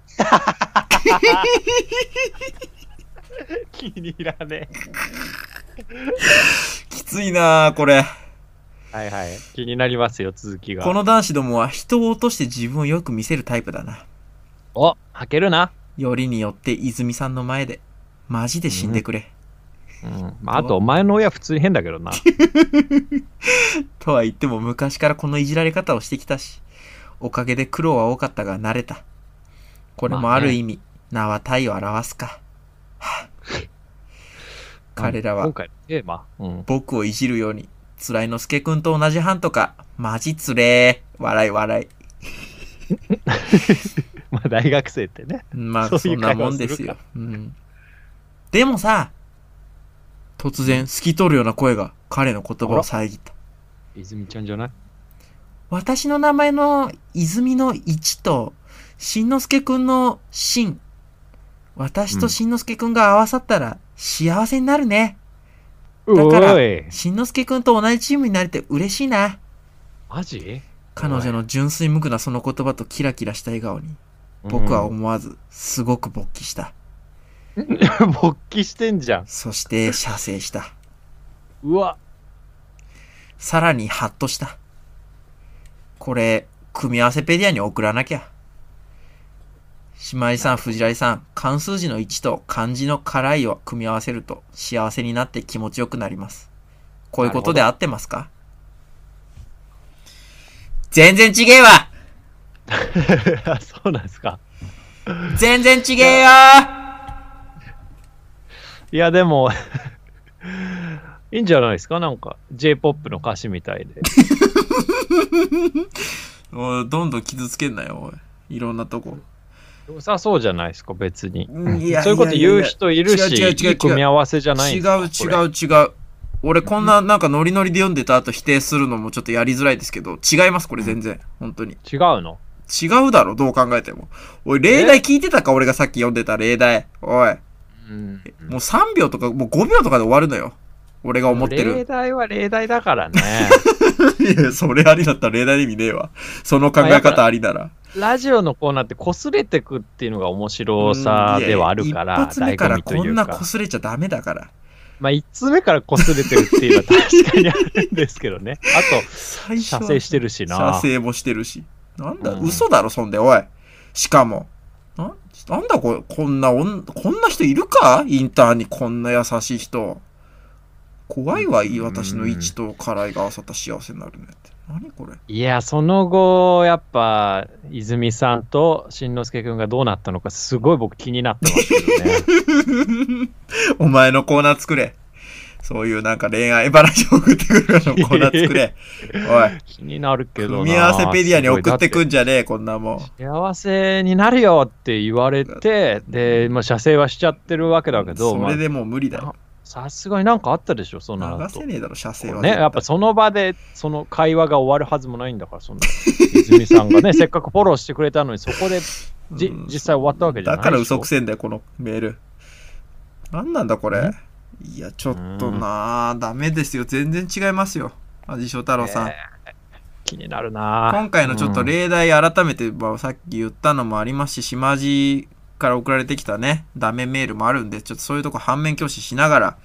Speaker 3: 気に入らね
Speaker 2: きついなあこれ。
Speaker 3: え。はいはい。気になりますよ、続きが。
Speaker 2: この男子どもは人を落として自分をよく見せるタイプだな。
Speaker 3: お、履けるな。
Speaker 2: よりによって泉さんの前で、マジで死んでくれ。
Speaker 3: うん。まあ、あと、お前の親普通に変だ けどな。
Speaker 2: とは言っても昔からこのいじられ方をしてきたし、おかげで苦労は多かったが慣れた。これもある意味、名は体を表すか。はあ彼らは
Speaker 3: 今回のテーマ。うん。
Speaker 2: 僕をいじるように、つらいのすけくんと同じ班とか、マジつれー。笑い笑い。
Speaker 3: まあ大学生ってね。
Speaker 2: まあ、
Speaker 3: そうい
Speaker 2: そ
Speaker 3: うん
Speaker 2: なもんですよ。うん。でもさ、突然、透き通るような声が彼の言葉を遮った。
Speaker 3: 泉ちゃんじゃない
Speaker 2: 私の名前の泉の一と、しんのすけくんのしん。私としんのすけくんが合わさったら幸せになるね。だから
Speaker 3: おい
Speaker 2: しんのすけくんと同じチームになれて嬉しいな。
Speaker 3: マジ
Speaker 2: 彼女の純粋無垢なその言葉とキラキラした笑顔に、僕は
Speaker 3: うん
Speaker 2: 思わず、すごく勃起した。
Speaker 3: 勃起してんじ ゃん。
Speaker 2: そして、射精した。
Speaker 3: うわ、
Speaker 2: さらにハッとした。これ、組み合わせペディアに送らなきゃ。しまいさん、藤井さん、漢数字の1と漢字の辛いを組み合わせると幸せになって気持ちよくなります。こういうことで合ってますか全然ちげえわ
Speaker 3: そうなんですか。
Speaker 2: 全然ちげえよ
Speaker 3: いや、でも、いいんじゃないですかなんか、J-POP の歌詞みたいで。
Speaker 2: おいどんどん傷つけんなよ、おい。いろんなとこ。
Speaker 3: 良さそうじゃないですか、別に。
Speaker 2: いや
Speaker 3: そういうこと言う人いるし、
Speaker 2: いやいやいや違う違う違う違う
Speaker 3: いい組み合わせじゃない
Speaker 2: 違
Speaker 3: ん
Speaker 2: う
Speaker 3: ですか
Speaker 2: 違う違う。俺こんななんかノリノリで読んでた後否定するのもちょっとやりづらいですけど、違いますこれ全然。本当に。
Speaker 3: 違うの
Speaker 2: 違うだろ、どう考えても。おい、例題聞いてたか俺がさっき読んでた例題。おい。
Speaker 3: うん。
Speaker 2: もう3秒とか、もう5秒とかで終わるのよ。俺が思って
Speaker 3: 例
Speaker 2: る。
Speaker 3: 題は例題だか らね。
Speaker 2: いや、それありだったら例題の意味ねえわ。その考え方ありなら。
Speaker 3: ラジオのコーナーって擦れてくっていうのが面白さではあるか
Speaker 2: うんいや
Speaker 3: ら、
Speaker 2: 一発目から
Speaker 3: 醍醐味と
Speaker 2: こ
Speaker 3: い
Speaker 2: ん
Speaker 3: う
Speaker 2: な
Speaker 3: か。
Speaker 2: 擦れちゃダメだから。
Speaker 3: まあ、一通目から擦れてるっていうのは確かにあるんですけどね。あ
Speaker 2: 最
Speaker 3: と、
Speaker 2: 初は
Speaker 3: 射精してるし
Speaker 2: 射
Speaker 3: な。
Speaker 2: 精もしてるし。なんだ、
Speaker 3: うん
Speaker 2: 嘘だろ、そんで、おい。しかも。ななんだこれ、こんなおん、こんな人いるかインターンにこんな優しい人。怖いわ、いい私の位置と辛いが合わさった幸せになるねって。何これ。
Speaker 3: いや、その後、やっぱ、泉さんとしんのすけくんがどうなったのか、すごい僕気になってますけどね。
Speaker 2: お前のコーナー作れ。そういうなんか恋愛話を送ってくるようなコーナー作 れ。おい、
Speaker 3: 気になるけどな。
Speaker 2: 組み合わせペディアに送ってくんじゃねえ、こんなもん。
Speaker 3: 幸せになるよって言われて、で、まあ、射精はしちゃってるわけだけど、
Speaker 2: それ
Speaker 3: まあ
Speaker 2: でもう無理だよ。
Speaker 3: さすがになんかあったでしょ、その
Speaker 2: 流
Speaker 3: 後
Speaker 2: せ。ねえだろ、射精は。
Speaker 3: ね、やっぱその場でその会話が終わるはずもないんだから、そんな泉さんが ね、せっかくフォローしてくれたのに、そこでじ、
Speaker 2: うん
Speaker 3: 実際終わったわけじゃな
Speaker 2: だか
Speaker 3: いでしょ
Speaker 2: ら嘘くせえんだよ、このメール。なんなんだ、これ。いや、ちょっとなあダメですよ。全然違いますよ。味翔太郎さん。
Speaker 3: ね気になるな
Speaker 2: 今回のちょっと
Speaker 3: うん
Speaker 2: 例題改めて、まあ、さっき言ったのもありますし、島地から送られてきたね、ダメメールもあるんで、ちょっとそういうとこ反面教師しなが ら、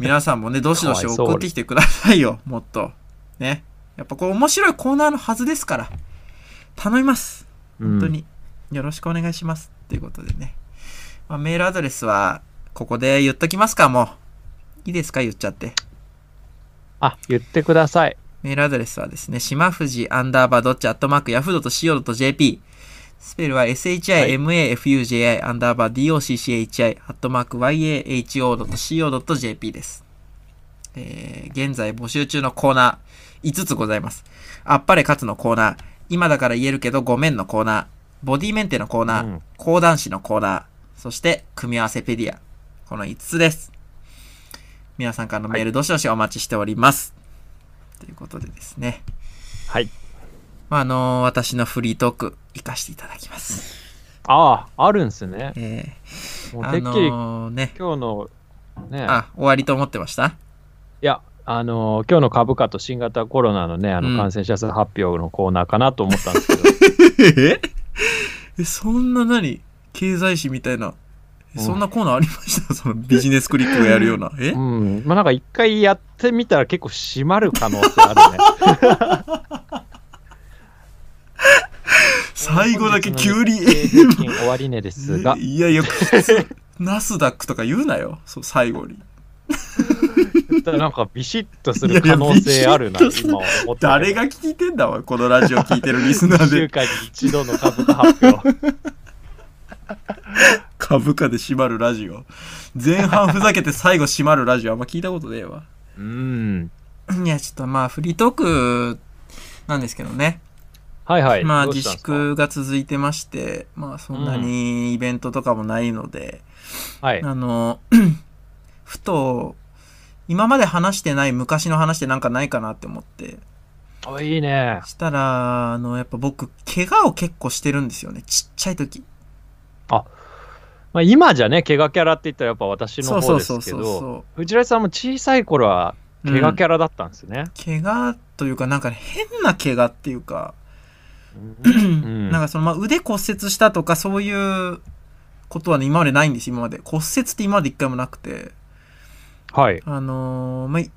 Speaker 2: 皆さんもね、どしどし
Speaker 3: かわいそう
Speaker 2: 送ってきてくださいよ、もっと。ね。やっぱこれ面白いコーナーのはずですから、頼みます。本当によろしくお願いしますということでね、まあ、メールアドレスはここで言っときますかもういいですか言っちゃって
Speaker 3: あ、言ってください。
Speaker 2: メールアドレスはですね、しまふじアンダーバードッチアットマークヤフードと .co.jp スペルは shimafuji アンダーバー docchi アットマーク yaho.co.jp です。えー現在募集中のコーナー5つございます。あっぱれ勝つのコーナー、今だから言えるけどごめんのコーナー、ボディメンテのコーナー、
Speaker 3: うん
Speaker 2: 講談師のコーナー、そして組み合わせペディア。この5つです。皆さんからのメールどしどしお待ちしております。ということでですね。
Speaker 3: はい。
Speaker 2: まあ、あのー私のフリートーク、活かしていただきます。
Speaker 3: ああ、あるんすね。
Speaker 2: え
Speaker 3: も
Speaker 2: ー、
Speaker 3: う
Speaker 2: あ
Speaker 3: てっきり
Speaker 2: のーね。
Speaker 3: 今日の、ね、
Speaker 2: あ、終わりと思ってました
Speaker 3: いや、あのー今日の株価と新型コロナのね、あ
Speaker 2: うん
Speaker 3: の感染者数発表のコーナーかなと思ったんですけ ど、
Speaker 2: ええそんな何経済誌みたいな。え
Speaker 3: うん
Speaker 2: そんなコーナーありましたそのビジネスクリックをやるような。え
Speaker 3: うん、まあなんか一回やってみたら結構閉まる可能性ある ね。
Speaker 2: 最後だけ急に。、
Speaker 3: 平均終わり値ですが
Speaker 2: いやいや、普通ナスダックとか言うなよ。そう、最後に。
Speaker 3: なんかビシッとする可能性あるな、
Speaker 2: いやいやビシッ
Speaker 3: 今思ったけど。
Speaker 2: 誰が聞いてんだおい、このラジオ聞いてるリスナ
Speaker 3: 1
Speaker 2: ーで
Speaker 3: 週間に一度の株価発表。
Speaker 2: 株価で締まるラジオ。前半ふざけて最後締まるラジオあんま聞いたことねえわ。
Speaker 3: うん。
Speaker 2: いや、ちょっとまあ、フリートークなんですけどね。
Speaker 3: はいはい。
Speaker 2: まあ
Speaker 3: どう
Speaker 2: 自
Speaker 3: したんですか。
Speaker 2: 粛が続いてまして、まあそんなにイベントとかもないので、
Speaker 3: はい。
Speaker 2: あの、 ふと、今まで話してない昔の話ってなんかないかなって思って、
Speaker 3: おいいね。
Speaker 2: したら、あの、やっぱ僕、怪我を結構してるんですよね。ちっちゃい時。
Speaker 3: まあ、今じゃね、怪我キャラって言ったらやっぱ私
Speaker 2: そ
Speaker 3: の
Speaker 2: うそ
Speaker 3: 方
Speaker 2: う
Speaker 3: で
Speaker 2: そう
Speaker 3: すけ
Speaker 2: そう
Speaker 3: ど、
Speaker 2: そ
Speaker 3: 藤井さんも小さい頃は
Speaker 2: う。
Speaker 3: 怪我キ
Speaker 2: ャ
Speaker 3: ャラだったんですね。
Speaker 2: 怪我というか、なんか変な怪我っていうか、
Speaker 3: うん
Speaker 2: なんかその、まあ、腕骨折したとかそういうことはね、今までないんです、今まで。骨折って今まで一回もなくて。
Speaker 3: はい。
Speaker 2: あのーまあい、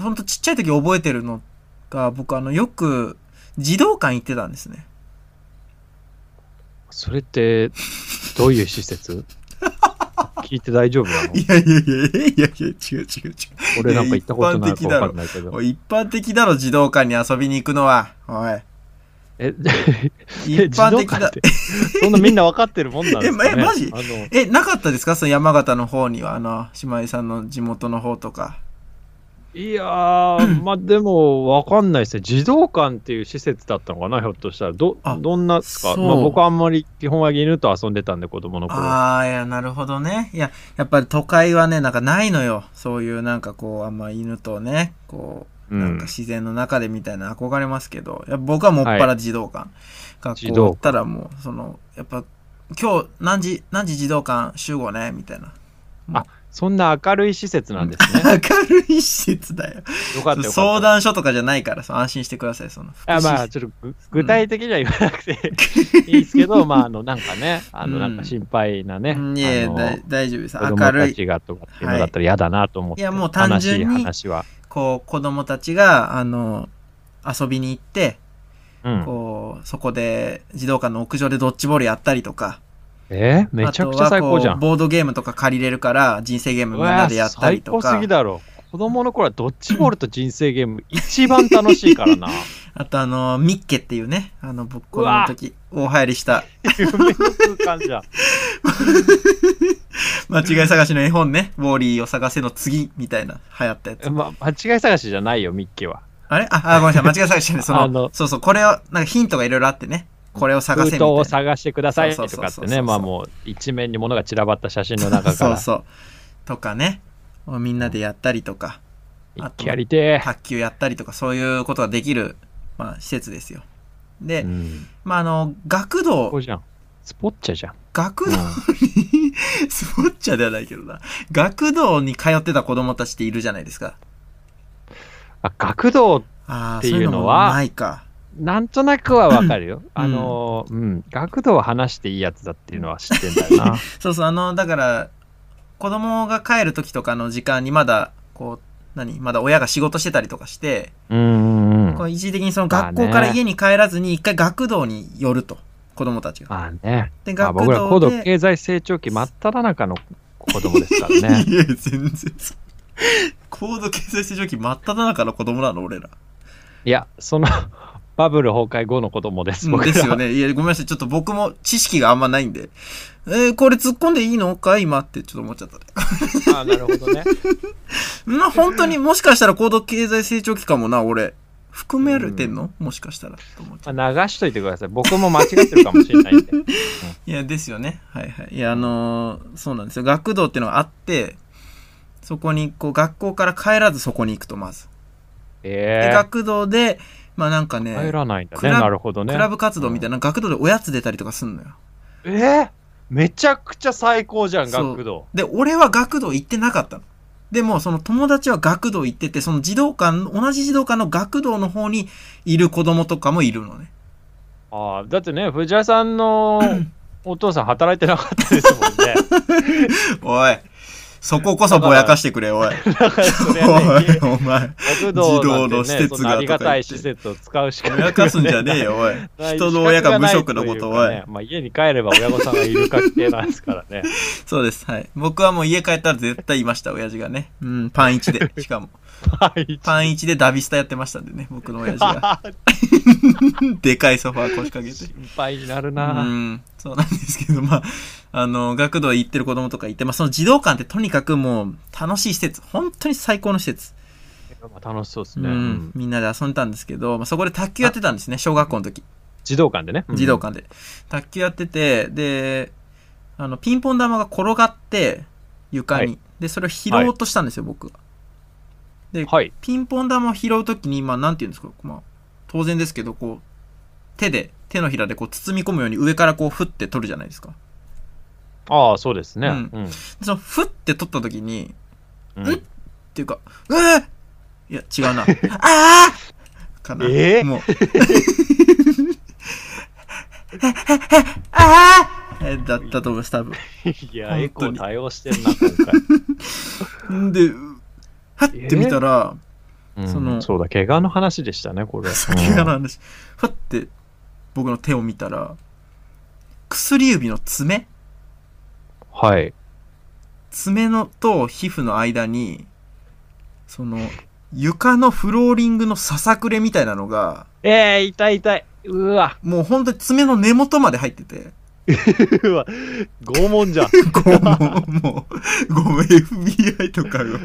Speaker 2: ほんとちっちゃい時覚えてるのが、僕あの、よく児童館行ってたんですね。
Speaker 3: それって、どういう施 設聞いて大丈夫なの
Speaker 2: やいやいやいやいや、違う違う違
Speaker 3: 俺なんか行ったことないかわかんないけ
Speaker 2: う
Speaker 3: ど。
Speaker 2: おい一般的だろ、児童館に遊びに行くのは。おい。
Speaker 3: え、
Speaker 2: 一般的
Speaker 3: 自動化
Speaker 2: だ
Speaker 3: っ。てそんなみんなわかってるもんなんですか、ね、
Speaker 2: えまえマジ
Speaker 3: あの
Speaker 2: え、なかったですかその山形の方には、あの、姉妹さんの地元の方とか。
Speaker 3: い やー、まあでもわかんないですね。児童館っていう施設だったのかな、ひょっとしたら。ど
Speaker 2: あ、
Speaker 3: どんなですか、
Speaker 2: そう
Speaker 3: まあ、僕はあんまり基本は犬と遊んでたんで、子供の頃。
Speaker 2: ああ、いや、なるほどね。いや、やっぱり都会はね、なんかないのよ。そういうなんかこう、あんま犬とね、こ
Speaker 3: う
Speaker 2: う、なん
Speaker 3: ん
Speaker 2: か。自然の中でみたいな憧れますけど、いや僕はもっぱら児童館。学校行ったらもう、その、やっぱ、今日何時、何時児童館集合ね、みたいな。
Speaker 3: そんな明るい施設なんで すね。
Speaker 2: 明るい施設だよ。
Speaker 3: よかったよかった。
Speaker 2: 相談所とかじゃないから、そう安心してください、その。
Speaker 3: あまあ、ちょっとぐ具体的には言わ なくていいですけど、まあ、あの、なんかね、あ
Speaker 2: う
Speaker 3: の、
Speaker 2: ん
Speaker 3: なんか心配なね、
Speaker 2: いやいや
Speaker 3: あの
Speaker 2: だい大丈夫です。
Speaker 3: 子供
Speaker 2: 明る
Speaker 3: た
Speaker 2: い。
Speaker 3: ちがとかっていうのだったら嫌だなと思って、
Speaker 2: はいいやもう単純に
Speaker 3: 悲しい話は。
Speaker 2: こう、子供たちが、あの、遊びに行って、
Speaker 3: うん、
Speaker 2: こう、そこで、児童館の屋上でドッジボールやったりとか、
Speaker 3: えーめちゃくちゃ
Speaker 2: あとは
Speaker 3: 最
Speaker 2: こう
Speaker 3: 高じゃん。
Speaker 2: ボードゲームとか借りれるから、人生ゲームみん
Speaker 3: う
Speaker 2: な
Speaker 3: わ
Speaker 2: でやったりと
Speaker 3: 最高
Speaker 2: か
Speaker 3: すぎ、だろ。子供の頃はドッジボールと人生ゲーム一番楽しいからな。
Speaker 2: あとあの、ミッケっていうね、あの、僕、子供の時、大流行りした、
Speaker 3: 夢の空間じゃん。
Speaker 2: 間違い探しの絵本ね、ウォーリーを探せの次、みたいな、流行ったやつ。
Speaker 3: ま、間違い探しじゃないよ、ミッキーは。
Speaker 2: あれあ、あごめんなさい、間違い探しじゃない、そ
Speaker 3: あ
Speaker 2: の
Speaker 3: の、
Speaker 2: そうそう、これを、なんかヒントがいろいろあってね、これを探
Speaker 3: 封
Speaker 2: せみ
Speaker 3: 筒
Speaker 2: たい
Speaker 3: を
Speaker 2: な。
Speaker 3: 探してくださいとかっ
Speaker 2: そうそ
Speaker 3: て
Speaker 2: うそうそ
Speaker 3: ね、
Speaker 2: う
Speaker 3: まあもう一面に物が散らばった写真の中か
Speaker 2: そう
Speaker 3: ら、
Speaker 2: そう。とかね、みんなでやったりとか、
Speaker 3: 一気やりて
Speaker 2: 卓球やったりとか、そういうことができる、まあ、施設ですよ。で、
Speaker 3: え。うん。
Speaker 2: まあ、あの、学
Speaker 3: ここ
Speaker 2: 童、
Speaker 3: じゃん。スポッチャじゃん。
Speaker 2: 学童
Speaker 3: うん
Speaker 2: に、 スポッチャではないけどな、学童に通ってた子供たちっているじゃないですか。
Speaker 3: あ学童、
Speaker 2: ああ、
Speaker 3: っ
Speaker 2: そ
Speaker 3: て
Speaker 2: うい
Speaker 3: いうう
Speaker 2: の
Speaker 3: の
Speaker 2: も
Speaker 3: は
Speaker 2: ないか。
Speaker 3: なんとなくはわかるよ。あのー、うん。学童は話していいやつだっていうのは知ってんだよな。
Speaker 2: そうそう、あの、だから、子供が帰る時とかの時間にまだ、こう、何まだ親が仕事してたりとかして、
Speaker 3: うんうんう
Speaker 2: こ
Speaker 3: ん。
Speaker 2: う一時的にその
Speaker 3: まあ
Speaker 2: 学
Speaker 3: ね
Speaker 2: 校から家に帰らずに一回学童に寄ると、子供たちが。
Speaker 3: まあね。
Speaker 2: で、
Speaker 3: まあ、
Speaker 2: 学
Speaker 3: 僕ら高
Speaker 2: 童
Speaker 3: 度
Speaker 2: で、
Speaker 3: 経済成長期真っ只中の子供ですからね。
Speaker 2: いや、全然そう。高度経済成長期真っ只中の子供なの、俺ら。
Speaker 3: いや、そのバブル崩壊後の子供です。僕ら
Speaker 2: ですよね。いや、ごめんなさい。ちょっと僕も知識があんまないんで。えーこれ突っ込んでいいのか今ってちょっと思っちゃったね。
Speaker 3: あなるほどね。
Speaker 2: な、本当にもしかしたら高度経済成長期かもな、俺。含められてんの、もしかしたら。と思っちゃう
Speaker 3: まあ、流しといてください。僕も間違ってるかもしれない んで。
Speaker 2: いや、ですよね。はいはい。いや、あのーそうなんですよ。学童っていうのがあって、そこに、こう、学校から帰らずそこに行くと、まず。で、
Speaker 3: ええ
Speaker 2: 学童で、まあなんかね、
Speaker 3: ー。帰らないんだ
Speaker 2: ク
Speaker 3: ね。
Speaker 2: ラブ
Speaker 3: なるほどね。
Speaker 2: クラブ活動みたいな、学童でおやつ出たりとかすんのよ。
Speaker 3: えーめちゃくちゃ最高じゃん、
Speaker 2: そう
Speaker 3: 学童。
Speaker 2: で、俺は学童行ってなかったの。でも、その友達は学童行ってて、その児童館、同じ児童館の学童の方にいる子供とかもいるのね。
Speaker 3: ああ、だってね、藤井さん のお父さん働いてなかったですもん ね。
Speaker 2: おい、そここそぼやかしてくれ、おい。
Speaker 3: だからそれ
Speaker 2: お
Speaker 3: はい ね、、
Speaker 2: お前。児
Speaker 3: 学童なんてね、
Speaker 2: 童の施設が
Speaker 3: そんなありが
Speaker 2: とか
Speaker 3: た
Speaker 2: 言っ
Speaker 3: い
Speaker 2: て
Speaker 3: 施設を使うしか
Speaker 2: ぼ
Speaker 3: ないよ
Speaker 2: や
Speaker 3: ね。
Speaker 2: かすんじゃねえよ、おい。人の親が無職のこと を、おい。
Speaker 3: まあ、家に帰れば親御さんがいる確定なんですから ね。
Speaker 2: そうです、はい。僕はもう家帰ったら絶対いました、親父がね。うん、パン一で、しかも。
Speaker 3: はい。
Speaker 2: パン一でダビスタやってましたんでね、僕の親父 が。でかいソファー腰掛けて。
Speaker 3: 心配になる
Speaker 2: う
Speaker 3: な。
Speaker 2: ん、そうなんですけど、まあ、あの、学童行ってる子供とかいて、まあ、その児童館ってとにかくもう楽しい施設、本当に最高の施設。
Speaker 3: まあ楽しそうです
Speaker 2: う
Speaker 3: ね。うんん、
Speaker 2: みんなで遊んでたんですけど、まあ、そこで卓球やってたんですね、小学校の時。
Speaker 3: 児童館でね。うん
Speaker 2: 児童館で。卓球やってて、で、あの、ピンポン玉が転がって、床に。
Speaker 3: は
Speaker 2: で、それを拾おうとしたんですよ、僕が。で、
Speaker 3: はい。
Speaker 2: ピンポン玉を拾うときに、まあ、なんて言うんですか、まあ、当然ですけど、こう、手で、手のひらでこう包み込むように上からこう、ふって取るじゃないですか。
Speaker 3: ああ、そうですね。
Speaker 2: う
Speaker 3: うんん。
Speaker 2: でその、ふって取ったときに、
Speaker 3: うん
Speaker 2: えっていうか、うわいや、違う な。ああかな。
Speaker 3: えー
Speaker 2: もう。 ああだったと思います、多分。本
Speaker 3: い
Speaker 2: 当
Speaker 3: や、
Speaker 2: に
Speaker 3: エコー対応してんな、 今回。
Speaker 2: んで、うはって見たら、
Speaker 3: うん
Speaker 2: その
Speaker 3: そうだ、怪我の話でしたね、これ。
Speaker 2: 先がの
Speaker 3: うん
Speaker 2: 話、はって僕の手を見たら、薬指の爪
Speaker 3: はい。
Speaker 2: 爪のと皮膚の間に、その、床のフローリングのささくれみたいなのが、
Speaker 3: えー、痛い痛い。うわ、
Speaker 2: もう本当に爪の根元まで入ってて、
Speaker 3: うわ、拷問じゃん。
Speaker 2: こう、もう、もう、ごめん、FBI とかが、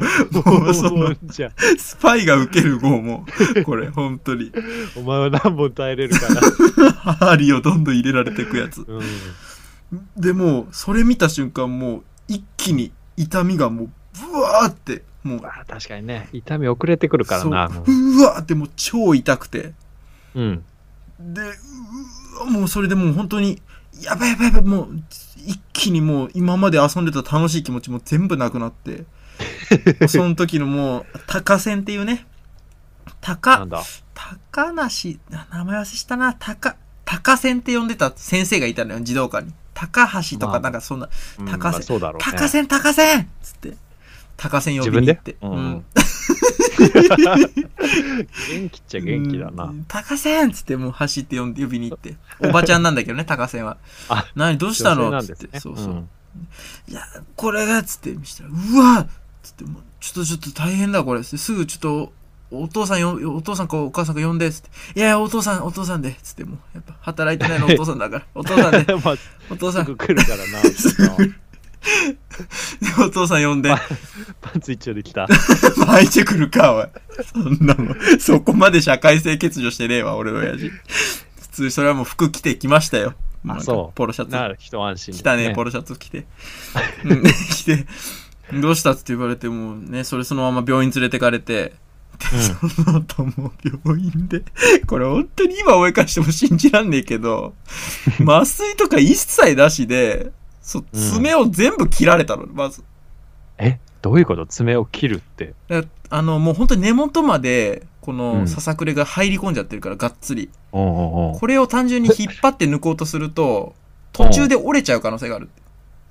Speaker 2: もう、そ
Speaker 3: 拷
Speaker 2: の
Speaker 3: 問、じゃん。
Speaker 2: スパイが受ける号も、これ、本当に、
Speaker 3: お前は何本耐えれる かな。
Speaker 2: 針をどんどん入れられていくやつ。
Speaker 3: うん。
Speaker 2: でもうそれ見た瞬間もう一気に痛みがもうブワーってもう
Speaker 3: まあ確かにね、痛み遅れてくるからな。
Speaker 2: そう
Speaker 3: も
Speaker 2: うわーってもう超痛くて
Speaker 3: ううん。
Speaker 2: でうわもうそれでもう本当にやばいやばいやばいもう一気にもう今まで遊んでた楽しい気持ちも全部なくなって もうその時のもう高線っていうね
Speaker 3: な
Speaker 2: 高
Speaker 3: んだ。
Speaker 2: 高梨あ名前忘れしたな高高線って呼んでた先生がいたのよ児童館に高橋と
Speaker 3: ま
Speaker 2: か
Speaker 3: あ
Speaker 2: なんかそんな
Speaker 3: うん
Speaker 2: 高瀬
Speaker 3: まあそうだろうね。
Speaker 2: 高線高線っつって高線呼
Speaker 3: 自
Speaker 2: び
Speaker 3: 分
Speaker 2: に行
Speaker 3: で
Speaker 2: って
Speaker 3: うん
Speaker 2: うん
Speaker 3: 元気っちゃ元気だな。
Speaker 2: 高線っつってもう走って呼んで呼びに行っておばちゃんなんだけ どね高線は
Speaker 3: あ
Speaker 2: 何どう
Speaker 3: ど
Speaker 2: したの
Speaker 3: なん
Speaker 2: っつ
Speaker 3: で
Speaker 2: っ
Speaker 3: す
Speaker 2: て、
Speaker 3: ね。
Speaker 2: そうそう、
Speaker 3: ん
Speaker 2: いやこれがっつって見せたらうわっつってもうちょっとちょっと大変だこれすぐちょっとお父さんよ、お父さんかお母さんか呼んで、つって。いやいや、お父さん、お父さんで、つってもう。やっぱ、働いてないのお父さんだ から。お父さんで、
Speaker 3: まあ、
Speaker 2: お父さ
Speaker 3: す
Speaker 2: ん、
Speaker 3: ぐ来る からな。そんな
Speaker 2: お父さん呼ん で。
Speaker 3: パンツ一丁で来た。
Speaker 2: 巻いてくるか、おい。そんなもん。そこまで社会性欠如してねえわ、俺の親父。普通、それはもう服着てきましたよ。なんか
Speaker 3: そう
Speaker 2: ポロシャツ。
Speaker 3: なる、一安心です。
Speaker 2: 来たね、ポロシャツ着て。うん 着て、どうしたって言われてもうね、それそのまま病院連れてかれて、
Speaker 3: う
Speaker 2: その後もう病院で、これ本当に今追い返しても信じらんねえけ ど、麻酔とか一切なしで、そう、
Speaker 3: うん
Speaker 2: 爪を全部切られたの、まず。
Speaker 3: んえ、どういうこと爪を切るって。
Speaker 2: だからあのもう本当に根元までこ
Speaker 3: う
Speaker 2: の
Speaker 3: ん
Speaker 2: ささくれが入り込んじゃってるからがっつり
Speaker 3: おうんうんうん。
Speaker 2: これを単純に引っ張って抜こうとすると途中で折れちゃう可能性がある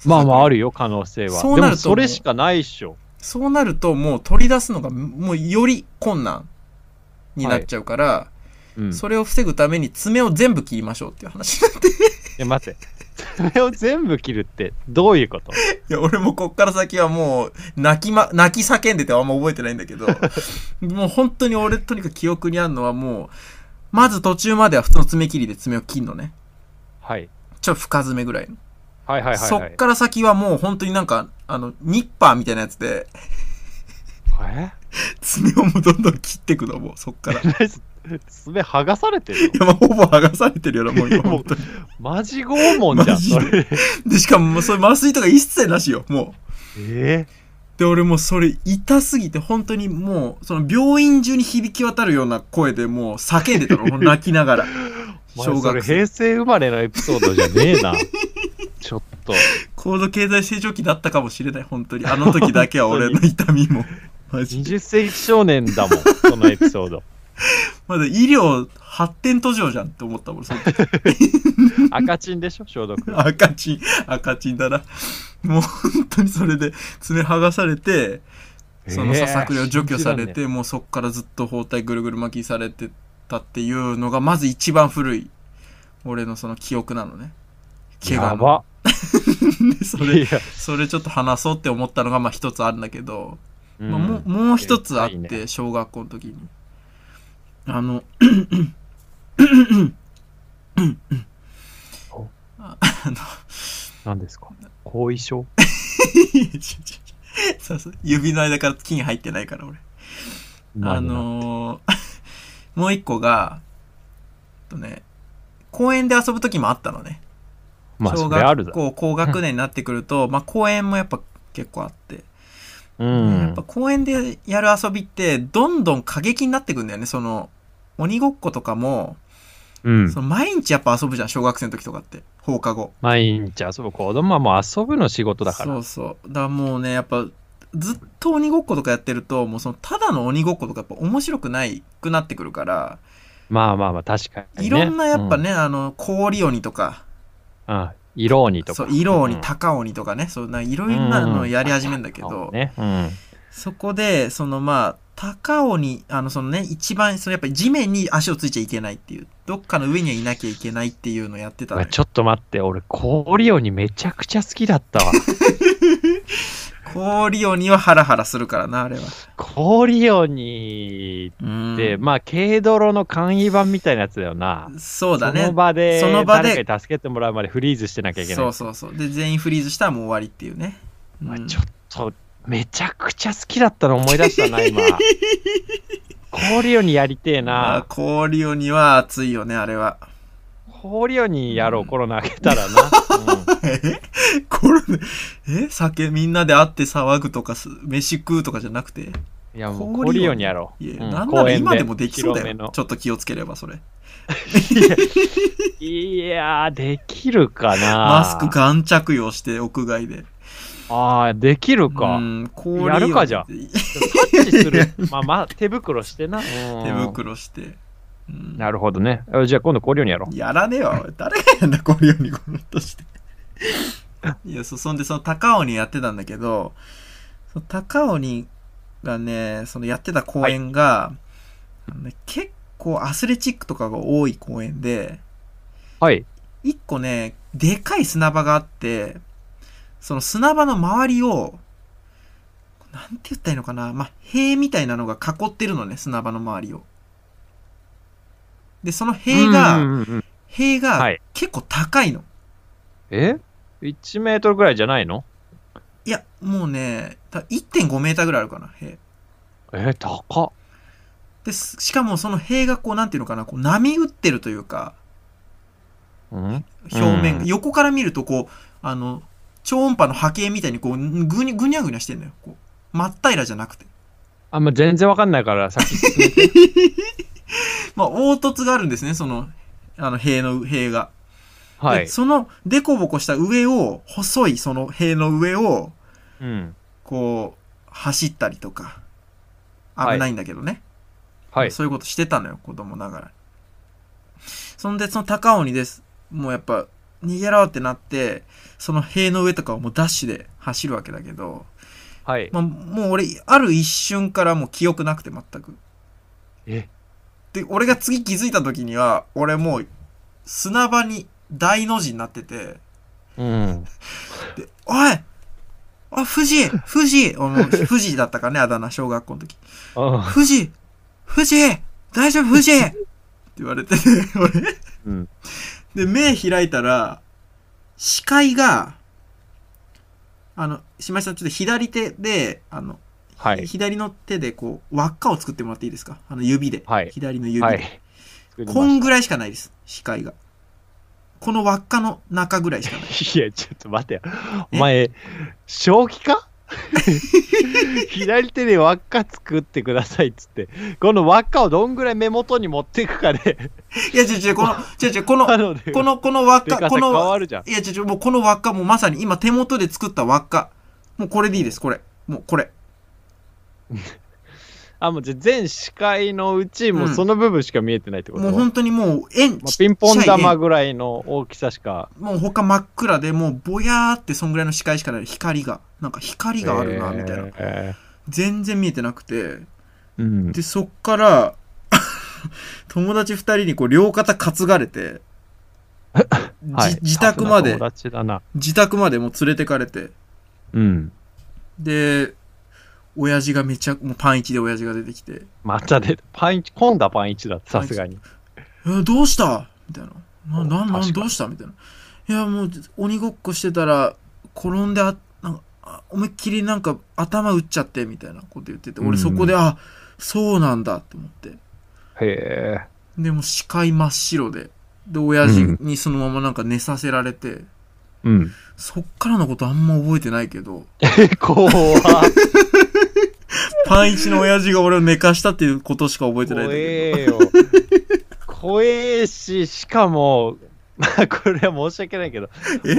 Speaker 3: まあまああ
Speaker 2: る
Speaker 3: るよ、可能性は。
Speaker 2: そうなると
Speaker 3: でもそれしかないっしょ。
Speaker 2: そうなるともう取り出すのがもうより困難になっちゃうから、
Speaker 3: うん。
Speaker 2: それを防ぐために爪を全部切りましょうって いう話になって
Speaker 3: え、待って。爪を全部切るってどういうこと
Speaker 2: いや俺もこっから先はもう泣き,、ま、泣き叫んでてあんま覚えてないんだけど もう本当に俺とにかく記憶にあるのはもうまず途中までは普通の爪切りで爪を切るのね
Speaker 3: はい。
Speaker 2: ちょっと深爪ぐらいの、
Speaker 3: はいはいはい、はい。
Speaker 2: そっから先はもう本当になんかあのニッパーみたいなやつで
Speaker 3: え
Speaker 2: 爪をもうどんどん切っていくのもうそっからい
Speaker 3: 爪剥がされて るよ
Speaker 2: やもうほぼ剥がされてるようなもん
Speaker 3: い
Speaker 2: よ
Speaker 3: やもう
Speaker 2: 本当に
Speaker 3: マジ拷問じゃ
Speaker 2: マ
Speaker 3: ん、
Speaker 2: ジ
Speaker 3: それ。
Speaker 2: でしかももうそういう麻酔とか一切なしよもう
Speaker 3: え
Speaker 2: で俺もうそれ痛すぎて本当にもうその病院中に響き渡るような声でもう叫んでた のもう泣きながら
Speaker 3: お
Speaker 2: 小
Speaker 3: 前それ
Speaker 2: 学生
Speaker 3: 平成生まれのエピソードじゃね えな。ちょっと。
Speaker 2: 高度経済成長期だったかもしれない 本当にあの時だけは俺の痛みもマジ
Speaker 3: 20世紀少年だもん、そのエピソード。
Speaker 2: まだ医療発展途上じゃんって思ったもんその時
Speaker 3: 赤チンでしょ、消毒。
Speaker 2: 赤チン、赤チンだな。もう本当にそれで爪剥がされて、 そのささくれを除去されて、もうそっからずっと包帯ぐるぐる巻きされてたっていうのが、まず一番古い、俺のその記憶なのね。
Speaker 3: えー。
Speaker 2: 怪
Speaker 3: や
Speaker 2: 我の。
Speaker 3: ば。
Speaker 2: で そ
Speaker 3: い
Speaker 2: れ、
Speaker 3: や、
Speaker 2: それちょっと話そうって思ったのが、まあ一つあるんだけど、
Speaker 3: うん
Speaker 2: まあ、もうもう一つあっ
Speaker 3: いい
Speaker 2: て、
Speaker 3: ね
Speaker 2: 小学校の時に。あの、 ああの、
Speaker 3: 何ですか後遺症
Speaker 2: いや違う違う違うそうそう指の間から金入ってないから俺 あ、のーもう一個がえっとね公園で遊ぶ時もあったのね。
Speaker 3: まあ、
Speaker 2: 小
Speaker 3: それある
Speaker 2: 学
Speaker 3: だ。
Speaker 2: 校高学年になってくると、まあ公園もやっぱ結構あって、
Speaker 3: う
Speaker 2: やっ
Speaker 3: ん
Speaker 2: ぱ。公園でやる遊びってどんどん過激になってくんだよねその鬼ごっことかも、
Speaker 3: うん
Speaker 2: そ。の毎日やっぱ遊ぶじゃん小学生の時とかって放課後
Speaker 3: 毎日遊ぶ。子供はもう遊ぶの仕事だから。
Speaker 2: そうそうだからもうねやっぱずっと鬼ごっことかやってるともうそのただの鬼ごっことかやっぱ面白くないくなってくるから
Speaker 3: まあまあまあ、確かに、ね。
Speaker 2: いろんなやっぱね、あの氷鬼とか
Speaker 3: うん。うん。色鬼と
Speaker 2: そ
Speaker 3: か。
Speaker 2: う色鬼、
Speaker 3: うん
Speaker 2: 高鬼とかねそうないろいろなのをやり始めるんだけど、
Speaker 3: そうね。うん。
Speaker 2: そこで、そのまあ、高尾に、あの、そのね、一番、そのやっぱり地面に足をついちゃいけないっていう、どっかの上にはいなきゃいけないっていうのをやってた
Speaker 3: う
Speaker 2: の
Speaker 3: わ
Speaker 2: よ。
Speaker 3: ちょっと待って、俺、氷鬼めちゃくちゃ好きだっ たわ。
Speaker 2: 氷鬼はハラハラするからな、あれは。
Speaker 3: 氷鬼
Speaker 2: う
Speaker 3: って、
Speaker 2: ん。
Speaker 3: まあ、軽泥の簡易版みたいなやつだよな。
Speaker 2: そうだね
Speaker 3: の。場で、
Speaker 2: その場で
Speaker 3: 誰かに助けてもらうまでフリーズしてなきゃいけない。
Speaker 2: そうそうそう。で、全員フリーズしたらもう終わりっていうね。う
Speaker 3: まあ
Speaker 2: ん
Speaker 3: ちょっと、めちゃくちゃ好きだったの思い出したな、 今。氷鬼やりてえ
Speaker 2: まあ
Speaker 3: な。
Speaker 2: 氷鬼は熱いよね、あれは。
Speaker 3: 氷鬼やろう、コロナ明けたらな。
Speaker 2: えこれ、え酒みんなで会って騒ぐとかす、飯食うとかじゃなくて
Speaker 3: うん、いや、もう
Speaker 2: 氷鬼
Speaker 3: 氷鬼やろう。
Speaker 2: いや、
Speaker 3: うん
Speaker 2: なんなら今でもできそう
Speaker 3: 公
Speaker 2: だ
Speaker 3: 園で
Speaker 2: よ。ちょっと気をつければ、それ。
Speaker 3: 広めのいやー、できるかな。
Speaker 2: マスクガン着用して屋外で。
Speaker 3: ああ、できるか。
Speaker 2: うん、氷を
Speaker 3: やるかじゃあ
Speaker 2: 手
Speaker 3: タッチ する。まあまあ、手袋してな。うん
Speaker 2: 袋して。うん
Speaker 3: なるほどね。あじゃあ今度氷鬼やろう。
Speaker 2: やらねえわ、おい誰がやんだ、氷を濁ろうとして。 いや、そ、そんで、その高尾にやってたんだけど、その高尾にがね、そのやってた公園が、あのね結構アスレチックとかが多い公園で、
Speaker 3: はい。
Speaker 2: 一個ね、でかい砂場があって、その砂場の周りを、なんて言ったらいいのかな、まあ、塀みたいなのが囲ってるのね、砂場の周りを。で、その塀
Speaker 3: うん
Speaker 2: が、
Speaker 3: うんうん
Speaker 2: 塀
Speaker 3: は
Speaker 2: が
Speaker 3: い
Speaker 2: 結構高いの。
Speaker 3: え ?1 メートルぐらいじゃないの
Speaker 2: いや、もうね、た1.5メーターぐらいあるかな、塀。
Speaker 3: え、高っ。
Speaker 2: で、すしかもその塀がこう、なんていうのかな、こう波打ってるというか、
Speaker 3: うん
Speaker 2: 表面が、
Speaker 3: うん
Speaker 2: 横から見るとこう、あの、超音波の波形みたいにこう、ぐにぐにゃぐにゃしてんのよ。こう、真っ平らじゃなくて。
Speaker 3: あんま全然わかんないから、さっき進 めて。
Speaker 2: まあ、凹凸があるんですね、その、あの、塀の、塀が。
Speaker 3: は
Speaker 2: で
Speaker 3: い。
Speaker 2: その、デコボコした上を、細いその塀の上を、
Speaker 3: うん。
Speaker 2: こう、走ったりとか、
Speaker 3: はい
Speaker 2: 危ないんだけどね。
Speaker 3: はい。
Speaker 2: そういうことしてたのよ、子供ながら。そんで、その高尾にです。もうやっぱ、逃げろってなって、その塀の上とかをもうダッシュで走るわけだけど、
Speaker 3: はい。
Speaker 2: まあ、もう俺、ある一瞬からもう記憶なくて全く。
Speaker 3: え
Speaker 2: で、俺が次気づいた時には、俺もう、砂場に大の字になってて、
Speaker 3: うん。
Speaker 2: おいあ、富士富士あの、富士だったからね、あだ名、小学校の時。
Speaker 3: あ
Speaker 2: 富士富士大丈夫富士って言われて、俺。
Speaker 3: うん。
Speaker 2: で、目開いたら、視界が、あの、島井さん、ちょっと左手で、あの、
Speaker 3: はい。
Speaker 2: 左の手でこう、輪っかを作ってもらっていいですかあの指で。
Speaker 3: はい
Speaker 2: 左の指で。
Speaker 3: はい。作りま
Speaker 2: こ
Speaker 3: し
Speaker 2: んぐらいしかないです、視界が。この輪っかの中ぐらいしかない。
Speaker 3: た いや、ちょっと待てよ。お前、正気か 左手で輪っか作ってくださいっつって、この輪っかをどんぐらい目元に持っていくかで、
Speaker 2: いや、違う違う、 この、違う違う、この、
Speaker 3: なので、
Speaker 2: この、この輪っ
Speaker 3: で
Speaker 2: か、
Speaker 3: かさ
Speaker 2: この、
Speaker 3: 変わるじゃん。
Speaker 2: いや、違う違う、もうこの輪っか、もうまさに今手元で作った輪っか。もうこれでいいです、これ。もうこれ。
Speaker 3: あ、もうじゃあ全視界のうち、もううんその部分しか見えてないってこと、
Speaker 2: もう本当にもう円、
Speaker 3: まあ
Speaker 2: ちっちゃ
Speaker 3: ピ
Speaker 2: い
Speaker 3: ンポン玉
Speaker 2: 円
Speaker 3: ぐらいの大きさしか。
Speaker 2: もう他真っ暗で、もうぼやーってそんぐらいの視界しかない。光が。なんか光があるな、みたいな。
Speaker 3: え
Speaker 2: 全然見えてなくて。
Speaker 3: ーうん。
Speaker 2: で、そっから、 友達二人にこう両肩担がれて、じ
Speaker 3: はい
Speaker 2: 自宅まで
Speaker 3: タフな友、達だな。
Speaker 2: 自宅までもう連れてかれて、
Speaker 3: うん。
Speaker 2: で、親父がめちゃ、もうパンイチで親父が出てきて、
Speaker 3: またで、パンイチ、今度はパンイチだって、さすがに。
Speaker 2: えどうしたみたいな。な、な、
Speaker 3: 確か
Speaker 2: な、
Speaker 3: に
Speaker 2: どうしたみたいな。いや、もう、鬼ごっこしてたら、転んであ、なんか、あ思いっきりなんか、頭打っちゃって、みたいなこと言ってて、
Speaker 3: うんう
Speaker 2: 俺
Speaker 3: ん
Speaker 2: そこで、あ、そうなんだって思って。
Speaker 3: へえ。
Speaker 2: でもう視界真っ白で、で、親父にそのままなんか寝させられて、
Speaker 3: うん。
Speaker 2: そっからのことあんま覚えてないけど、
Speaker 3: え、怖っ
Speaker 2: パンイチの親父が俺を寝かしたっていうことしか覚えてないんだ
Speaker 3: 怖
Speaker 2: け
Speaker 3: えよ。怖えし、しかも、まあ、これは申し訳ないけど、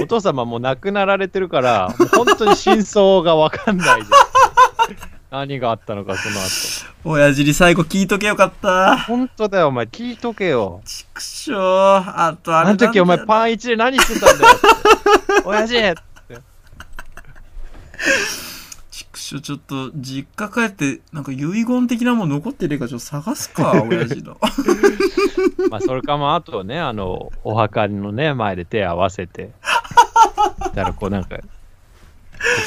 Speaker 3: お父様もう亡くなられてるから、もう本当に真相がわかんないじゃん。 何があったのか、その後。
Speaker 2: ど、親父に最後聞いとけよかった。
Speaker 3: 本当だよ、お前、聞いとけよ。
Speaker 2: ちくしょう。あとあ
Speaker 3: あ
Speaker 2: れな
Speaker 3: の
Speaker 2: んだよ
Speaker 3: 時お前パン1で何してたんだよ って。親父って
Speaker 2: ちくしょう、ちょっと、実家帰って、なんか遺言的なもん残ってるか、ちょっと探す か、親父の。
Speaker 3: まあそれかもあとね、あの、お墓のね、前で手合わせ て。だからこうなんか、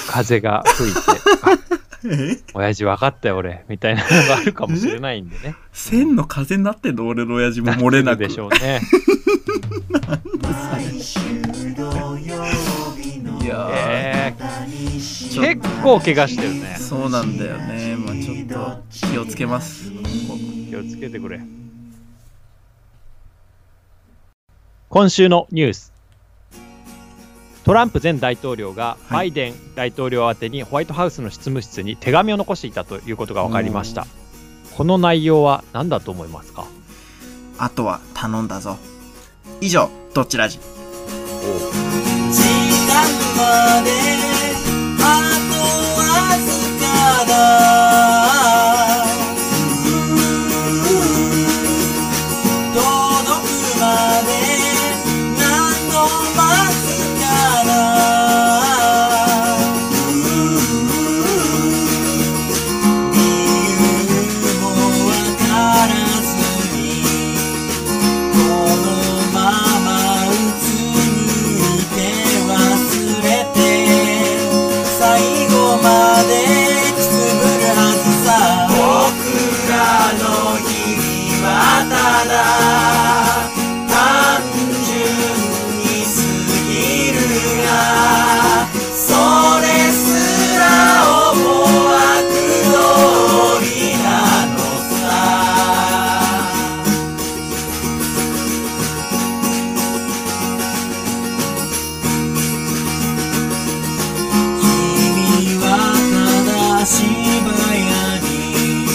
Speaker 3: 風が吹いて、あ
Speaker 2: え
Speaker 3: 親父分かったよ俺、みたいなのがあるかもしれないんでね。
Speaker 2: 千の風になってんの俺の親父も漏れなく。
Speaker 3: でしょう ね。
Speaker 1: 毎週土曜日の
Speaker 2: いやー、
Speaker 3: え
Speaker 1: 何し
Speaker 3: ー結構怪我してるね。
Speaker 2: そうなんだよね。まあちょっと気をつけます。
Speaker 3: 気をつけてくれ。今週のニュース。トランプ前大統領が
Speaker 2: はい
Speaker 3: バイデン大統領宛てにホワイトハウスの執務室に手紙を残していたということが分かりました。この内容は何だと思いますか
Speaker 2: あとは頼んだぞ。以上、どっちラジ。
Speaker 1: 時間まであとわずかだ届くまで何度待つかな理由もわからずにこのままうつむいて忘れて最後までくすぶるはずさ僕らの日々はただ単純に過ぎるがそれすら思惑通りなのさ君はただ芝居に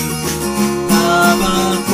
Speaker 1: タバコ